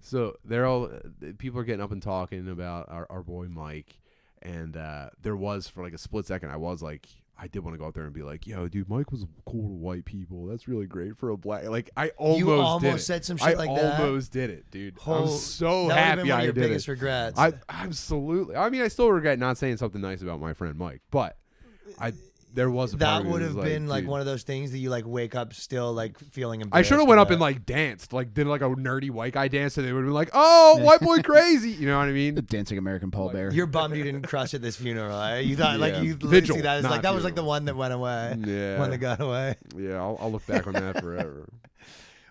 [SPEAKER 1] so they're all uh, people are getting up and talking about our, our boy Mike, and uh, there was for like a split second I was like I did want to go up there and be like, "Yo, dude, Mike was cool to white people. That's really great for a black." Like I almost did
[SPEAKER 2] almost
[SPEAKER 1] it.
[SPEAKER 2] said some
[SPEAKER 1] I
[SPEAKER 2] shit like that?
[SPEAKER 1] almost did it, dude. I'm
[SPEAKER 2] Whole-
[SPEAKER 1] so
[SPEAKER 2] that
[SPEAKER 1] happy
[SPEAKER 2] would've been one
[SPEAKER 1] I
[SPEAKER 2] of your
[SPEAKER 1] did
[SPEAKER 2] biggest
[SPEAKER 1] it.
[SPEAKER 2] regrets.
[SPEAKER 1] I absolutely. I mean, I still regret not saying something nice about my friend Mike, but I there was a part
[SPEAKER 2] that
[SPEAKER 1] of me
[SPEAKER 2] would
[SPEAKER 1] was
[SPEAKER 2] have been like
[SPEAKER 1] dude,
[SPEAKER 2] one of those things that you like wake up still like feeling
[SPEAKER 1] I
[SPEAKER 2] embarrassed.
[SPEAKER 1] should have went up
[SPEAKER 2] about.
[SPEAKER 1] and like danced, like did like a nerdy white guy dance, and they would have been like, "Oh, white boy crazy," you know what I
[SPEAKER 3] The
[SPEAKER 1] mean?
[SPEAKER 3] dancing American pallbearer.
[SPEAKER 2] You're bummed you didn't crush at this funeral. Right? You thought
[SPEAKER 1] Yeah.
[SPEAKER 2] like you literally
[SPEAKER 1] Vigil,
[SPEAKER 2] see that as
[SPEAKER 1] not
[SPEAKER 2] like that was like the
[SPEAKER 1] funeral.
[SPEAKER 2] one that went away.
[SPEAKER 1] Yeah.
[SPEAKER 2] One that got away.
[SPEAKER 1] Yeah, I'll, I'll look back on that forever.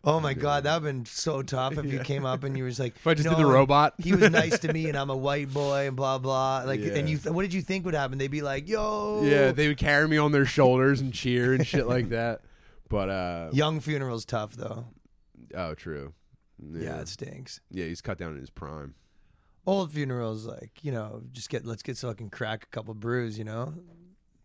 [SPEAKER 2] Oh my god, that would've been so tough if you came up and you was like,
[SPEAKER 1] If I just did
[SPEAKER 2] "No,
[SPEAKER 1] the robot,
[SPEAKER 2] he was nice to me and I'm a white boy and blah blah. Like
[SPEAKER 1] Yeah.
[SPEAKER 2] and you th- what did you think would happen? They'd be like, Yo
[SPEAKER 1] yeah, they would carry me on their shoulders and cheer and shit like that. But uh,
[SPEAKER 2] Young funerals tough though.
[SPEAKER 1] oh, true.
[SPEAKER 2] Yeah.
[SPEAKER 1] Yeah,
[SPEAKER 2] it stinks.
[SPEAKER 1] yeah, he's cut down in his prime.
[SPEAKER 2] Old funerals like, you know, just get let's get so I can crack a couple brews, you know?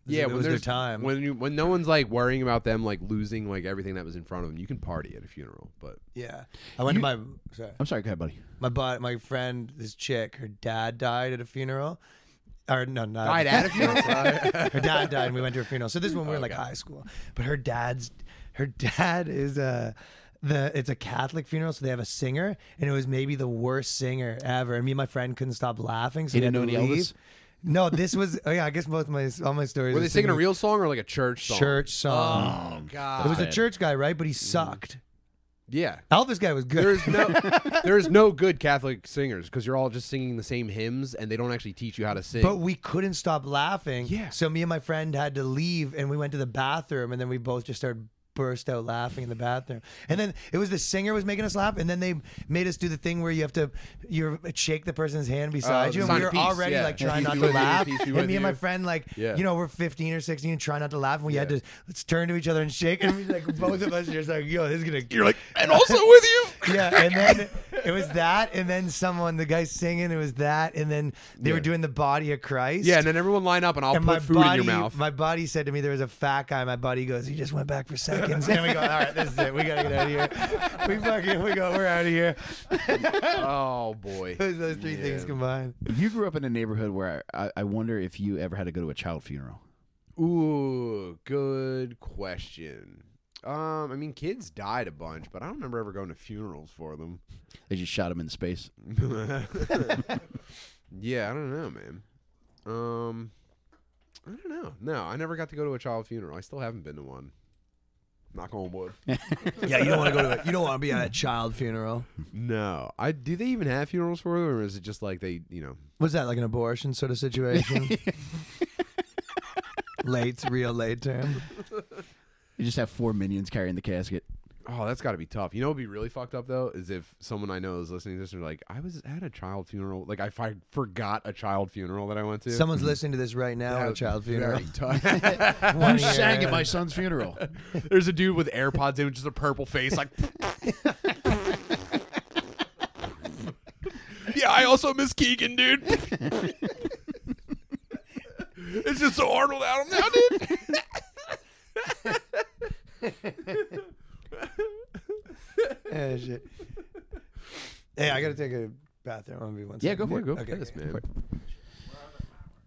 [SPEAKER 2] It was-
[SPEAKER 1] yeah,
[SPEAKER 2] it
[SPEAKER 1] when
[SPEAKER 2] was their
[SPEAKER 1] there's-
[SPEAKER 2] time.
[SPEAKER 1] When you when no one's like worrying about them like losing like everything that was in front of them, you can party at a funeral. But
[SPEAKER 2] yeah. I went
[SPEAKER 3] You-
[SPEAKER 2] to my sorry.
[SPEAKER 3] I'm sorry, go ahead, buddy.
[SPEAKER 2] My bud, my friend, this chick, her dad died at a funeral. Or no, not
[SPEAKER 1] Died at Oh, a funeral?
[SPEAKER 2] her dad died, and we went to a funeral. So this is when we were like
[SPEAKER 1] Okay.
[SPEAKER 2] high school. But her dad's, her dad is a. The, it's a Catholic funeral, so they have a singer, and it was maybe the worst singer ever. And me and my friend couldn't stop laughing. So
[SPEAKER 3] You
[SPEAKER 2] we
[SPEAKER 3] didn't
[SPEAKER 2] had
[SPEAKER 3] know
[SPEAKER 2] to
[SPEAKER 3] any
[SPEAKER 2] leave.
[SPEAKER 3] Elvis?
[SPEAKER 2] No, this was. Oh yeah, I guess both my all my stories.
[SPEAKER 1] were
[SPEAKER 2] are
[SPEAKER 1] they singing a real song or like a church song?
[SPEAKER 2] church song?
[SPEAKER 1] Oh
[SPEAKER 2] it
[SPEAKER 1] God.
[SPEAKER 2] was a
[SPEAKER 3] bad.
[SPEAKER 2] church guy, right? But he sucked.
[SPEAKER 1] Yeah.
[SPEAKER 2] Elvis guy was good.
[SPEAKER 1] There is no there is no good Catholic singers because you're all just singing the same hymns and they don't actually teach you how to sing.
[SPEAKER 2] But we couldn't stop laughing.
[SPEAKER 1] Yeah.
[SPEAKER 2] So me and my friend had to leave, and we went to the bathroom, and then we both just started burst out laughing in the bathroom. And then it was the singer was making us laugh, and then they made us do the thing where you have to you shake the person's hand beside
[SPEAKER 1] Oh, the
[SPEAKER 2] you, and
[SPEAKER 1] sign
[SPEAKER 2] we were
[SPEAKER 1] of peace,
[SPEAKER 2] already
[SPEAKER 1] yeah.
[SPEAKER 2] like trying
[SPEAKER 1] Peace
[SPEAKER 2] not
[SPEAKER 1] be
[SPEAKER 2] to
[SPEAKER 1] with you,
[SPEAKER 2] laugh.
[SPEAKER 1] peace be
[SPEAKER 2] And
[SPEAKER 1] with
[SPEAKER 2] me and my
[SPEAKER 1] you.
[SPEAKER 2] friend, like
[SPEAKER 1] Yeah.
[SPEAKER 2] you know, we're 15 or 16 and try not to laugh, and we had
[SPEAKER 1] Yeah.
[SPEAKER 2] to let's turn to each other and shake, and we, like both of us are just like, yo, this is gonna
[SPEAKER 1] you're like, and also with you.
[SPEAKER 2] yeah, and then it was that, and then someone, the guy singing, it was that, and then they were doing the body of Christ.
[SPEAKER 1] Yeah, and then everyone line up and I'll
[SPEAKER 2] and my
[SPEAKER 1] put food
[SPEAKER 2] body,
[SPEAKER 1] in your mouth.
[SPEAKER 2] my body said to me, "There was a fat guy." My buddy goes, "He just went back for seconds." And we go, "All right, this is it. We gotta get out of here. We fucking, we go, we're out of here."
[SPEAKER 1] oh boy.
[SPEAKER 2] It was those three
[SPEAKER 1] Yeah.
[SPEAKER 2] things combined.
[SPEAKER 3] You grew up in a neighborhood where I, I wonder if you ever had to go to a child funeral.
[SPEAKER 1] Ooh, good question. Um, I mean, kids died a bunch, but I don't remember ever going to funerals for them.
[SPEAKER 3] They just shot him in space.
[SPEAKER 1] yeah, I don't know, man. Um, I don't know. No, I never got to go to a child funeral. I still haven't been to one. Knock on wood.
[SPEAKER 2] Yeah, you don't want to go to, a, you don't want to be at a child funeral.
[SPEAKER 1] No, I do. They even have funerals for them, or is it just like they, you know?
[SPEAKER 2] Was that like an abortion sort of situation? late, real late term.
[SPEAKER 3] You just have four minions carrying the casket.
[SPEAKER 1] Oh, that's got to be tough. You know, what'd be really fucked up though is if someone I know is listening to this and they're like, "I was at a child funeral. Like, I, fi- forgot a child funeral that I went to."
[SPEAKER 2] Someone's listening to this right now
[SPEAKER 1] That
[SPEAKER 2] at a
[SPEAKER 1] would be
[SPEAKER 2] child funeral.
[SPEAKER 1] very tough.
[SPEAKER 2] One
[SPEAKER 3] Who
[SPEAKER 2] year
[SPEAKER 3] sang
[SPEAKER 2] in.
[SPEAKER 3] at my son's funeral?
[SPEAKER 1] There's a dude with AirPods in, just a purple face, like. yeah, I also miss Keegan, dude. it's just so Arnold out now, dude.
[SPEAKER 2] Yeah, shit. Hey, I gotta take a bathroom. I'm gonna be one
[SPEAKER 3] Yeah,
[SPEAKER 2] second.
[SPEAKER 3] go for it.
[SPEAKER 1] go
[SPEAKER 2] Okay,
[SPEAKER 1] piss,
[SPEAKER 2] okay.
[SPEAKER 1] man.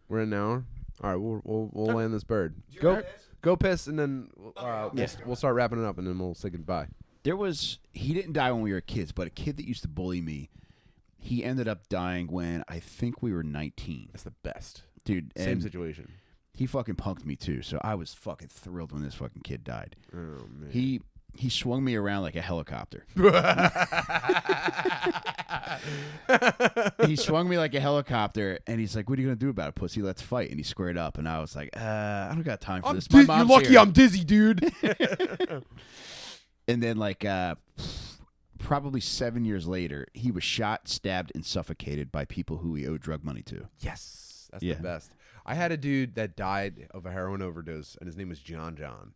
[SPEAKER 1] We're in an hour. All right, we'll we'll, we'll land this bird. Go go piss, and then uh, we'll, we'll start wrapping it up, and then we'll say goodbye.
[SPEAKER 3] There was he didn't die when we were kids, but a kid that used to bully me. He ended up dying when I think we were 19,
[SPEAKER 1] That's the best.
[SPEAKER 3] dude.
[SPEAKER 1] Same
[SPEAKER 3] and
[SPEAKER 1] situation.
[SPEAKER 3] He fucking punked me too, so I was fucking thrilled when this fucking kid died.
[SPEAKER 1] Oh man.
[SPEAKER 3] He he swung me around like a helicopter. he swung me like a helicopter, and he's like, "What are you gonna do about it, pussy? Let's fight." And he squared up, and I was like, uh, "I don't got time for
[SPEAKER 1] I'm
[SPEAKER 3] this."
[SPEAKER 1] diz-
[SPEAKER 3] My
[SPEAKER 1] you're
[SPEAKER 3] mom's
[SPEAKER 1] lucky
[SPEAKER 3] here.
[SPEAKER 1] I'm dizzy, dude.
[SPEAKER 3] And then like uh, probably seven years later, he was shot, stabbed, and suffocated by people who he owed drug money to.
[SPEAKER 1] Yes, that's
[SPEAKER 3] Yeah.
[SPEAKER 1] the best. I had a dude that died of a heroin overdose, and his name was John John.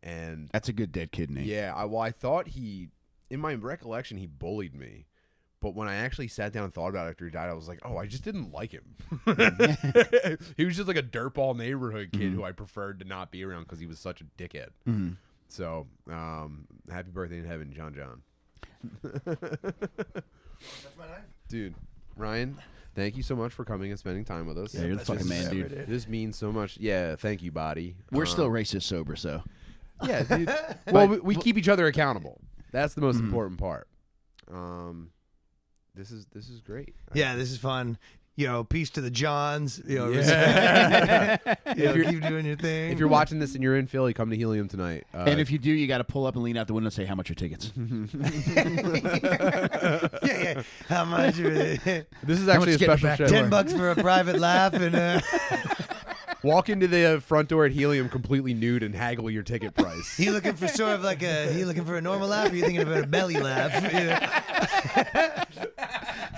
[SPEAKER 1] And
[SPEAKER 3] That's a good dead kid name.
[SPEAKER 1] yeah, I, well, I thought he, in my recollection, he bullied me. But when I actually sat down and thought about it after he died, I was like, oh, I just didn't like him. he was just like a dirtball neighborhood kid
[SPEAKER 3] Mm-hmm.
[SPEAKER 1] who I preferred to not be around because he was such a dickhead. So, um, happy birthday in heaven, John John. Dude, Ryan, thank you so much for coming and spending time with us.
[SPEAKER 3] Yeah, you're the fucking man, dude.
[SPEAKER 1] This means so much. Yeah, thank you, buddy.
[SPEAKER 3] We're
[SPEAKER 1] Um,
[SPEAKER 3] still racist sober, so
[SPEAKER 1] yeah, dude. well, we, we keep each other accountable. That's the most important part. Um, this is this is great.
[SPEAKER 2] Yeah, this is fun. You know, peace to the Johns. You know, you know,
[SPEAKER 1] If you're-
[SPEAKER 2] keep doing your thing.
[SPEAKER 1] If you're watching this and you're in Philly, come to Helium tonight. Uh,
[SPEAKER 3] and if you do, you got to pull up and lean out the window and say how much are tickets.
[SPEAKER 2] yeah, yeah. How much? are-
[SPEAKER 1] this is
[SPEAKER 3] much
[SPEAKER 1] actually a
[SPEAKER 3] is getting
[SPEAKER 1] special
[SPEAKER 3] back
[SPEAKER 1] show.
[SPEAKER 2] Ten bucks for a private laugh and uh,
[SPEAKER 1] Walk into the uh, front door at Helium completely nude and haggle your ticket price.
[SPEAKER 2] you looking for sort of like a you looking for a normal laugh or you thinking about a belly laugh?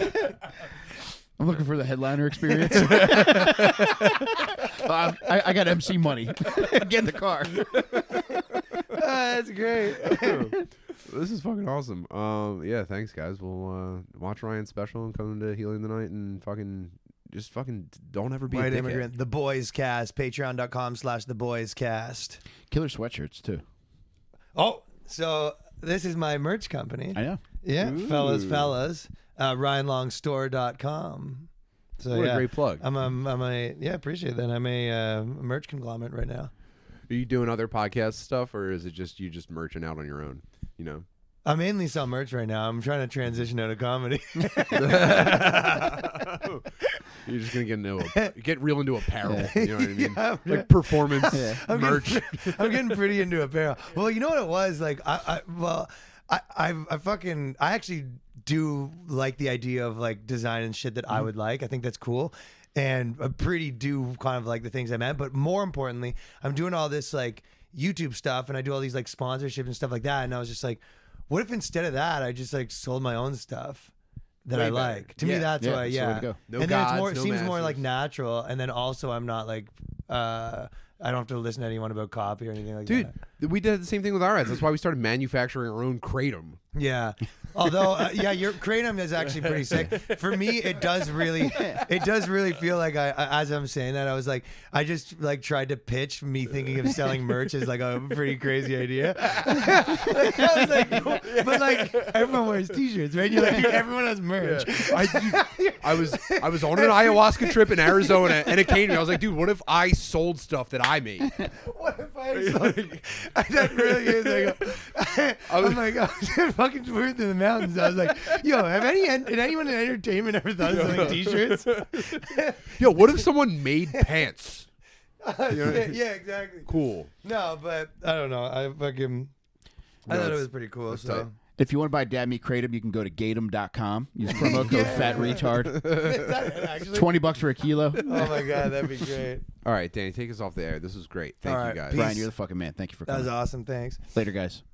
[SPEAKER 2] You know?
[SPEAKER 3] I'm looking for the headliner experience. Um, I, I got MC money. Uh, Get in the car.
[SPEAKER 1] that's great. this is fucking awesome. Um, yeah, thanks guys. We'll uh, watch Ryan's special and come to Helium tonight and fucking just fucking don't ever be a
[SPEAKER 2] White
[SPEAKER 1] dickhead.
[SPEAKER 2] immigrant. The Boys Cast. Patreon.com slash The Boys Cast.
[SPEAKER 3] Killer sweatshirts too.
[SPEAKER 2] Oh, so this is my merch company.
[SPEAKER 3] I know.
[SPEAKER 2] Yeah, fellas, fellas. Uh, RyanLongStore.com. So
[SPEAKER 1] What a
[SPEAKER 2] yeah,
[SPEAKER 1] great plug.
[SPEAKER 2] I'm, I'm, I'm a yeah, appreciate that. I'm a uh, merch conglomerate right now.
[SPEAKER 1] Are you doing other podcast stuff, or is it just you just merching out on your own? You know,
[SPEAKER 2] I mainly sell merch right now. I'm trying to transition out of comedy.
[SPEAKER 1] you're just gonna get into a, get real into apparel. You know what I mean?
[SPEAKER 2] Yeah, I'm-
[SPEAKER 1] like performance
[SPEAKER 2] I'm
[SPEAKER 1] merch.
[SPEAKER 2] Getting, I'm getting pretty into apparel. Well, you know what it was like. I, I well, I, I, I fucking, I actually do like the idea of like design and shit that I
[SPEAKER 1] Mm-hmm.
[SPEAKER 2] would like. I think that's cool, and I pretty do kind of like the things I'm at. But more importantly, I'm doing all this like YouTube stuff, and I do all these like sponsorships and stuff like that. And I was just like, what if instead of that, I just like sold my own stuff. That
[SPEAKER 1] Way
[SPEAKER 2] I
[SPEAKER 1] better.
[SPEAKER 2] like. To
[SPEAKER 1] Yeah.
[SPEAKER 2] me, that's
[SPEAKER 3] Yeah,
[SPEAKER 2] why.
[SPEAKER 3] that's the way
[SPEAKER 2] Yeah,
[SPEAKER 3] to go.
[SPEAKER 1] No
[SPEAKER 2] and then
[SPEAKER 1] gods,
[SPEAKER 2] it's more, it
[SPEAKER 1] no
[SPEAKER 2] seems more like
[SPEAKER 1] masters.
[SPEAKER 2] natural and then also i'm not like uh i don't have to listen to anyone about copy or anything like
[SPEAKER 1] Dude,
[SPEAKER 2] that
[SPEAKER 1] th- we did the same thing with our ads. That's why we started manufacturing our own kratom.
[SPEAKER 2] yeah although uh, yeah your kratom is actually pretty sick for me it does really it does really feel like i I- as i'm saying that i was like i just like tried to pitch me thinking of selling merch as like a pretty crazy idea I was like, but like everyone wears t-shirts right you're like everyone has merch
[SPEAKER 1] I, I was I was on an ayahuasca trip in Arizona, and it came to me. I was like, dude, what if I sold stuff that I made?
[SPEAKER 2] What if I just like, that really is like, I, am like, I was just fucking touring through the mountains. I was like, yo, have any, did anyone in entertainment ever thought of selling t-shirts?
[SPEAKER 1] Yo, what if someone made pants?
[SPEAKER 2] yeah, yeah, exactly.
[SPEAKER 1] Cool.
[SPEAKER 2] No, but I don't know. I fucking, I
[SPEAKER 1] No,
[SPEAKER 2] thought it
[SPEAKER 1] it's-
[SPEAKER 2] was pretty cool.
[SPEAKER 1] tight.
[SPEAKER 2] So
[SPEAKER 3] If you want to buy Dad Me Kratom, you can go to gatum.com. Use promo code Fat Retard.
[SPEAKER 2] actually,
[SPEAKER 3] Twenty bucks for a kilo.
[SPEAKER 2] oh my God, that'd be great.
[SPEAKER 1] All right, Danny, take us off the air. This was great. Thank
[SPEAKER 2] All
[SPEAKER 1] you
[SPEAKER 2] right,
[SPEAKER 1] guys.
[SPEAKER 2] peace.
[SPEAKER 3] Brian, you're the fucking man. Thank you for
[SPEAKER 2] That was
[SPEAKER 3] coming.
[SPEAKER 2] awesome. Thanks.
[SPEAKER 3] Later, guys.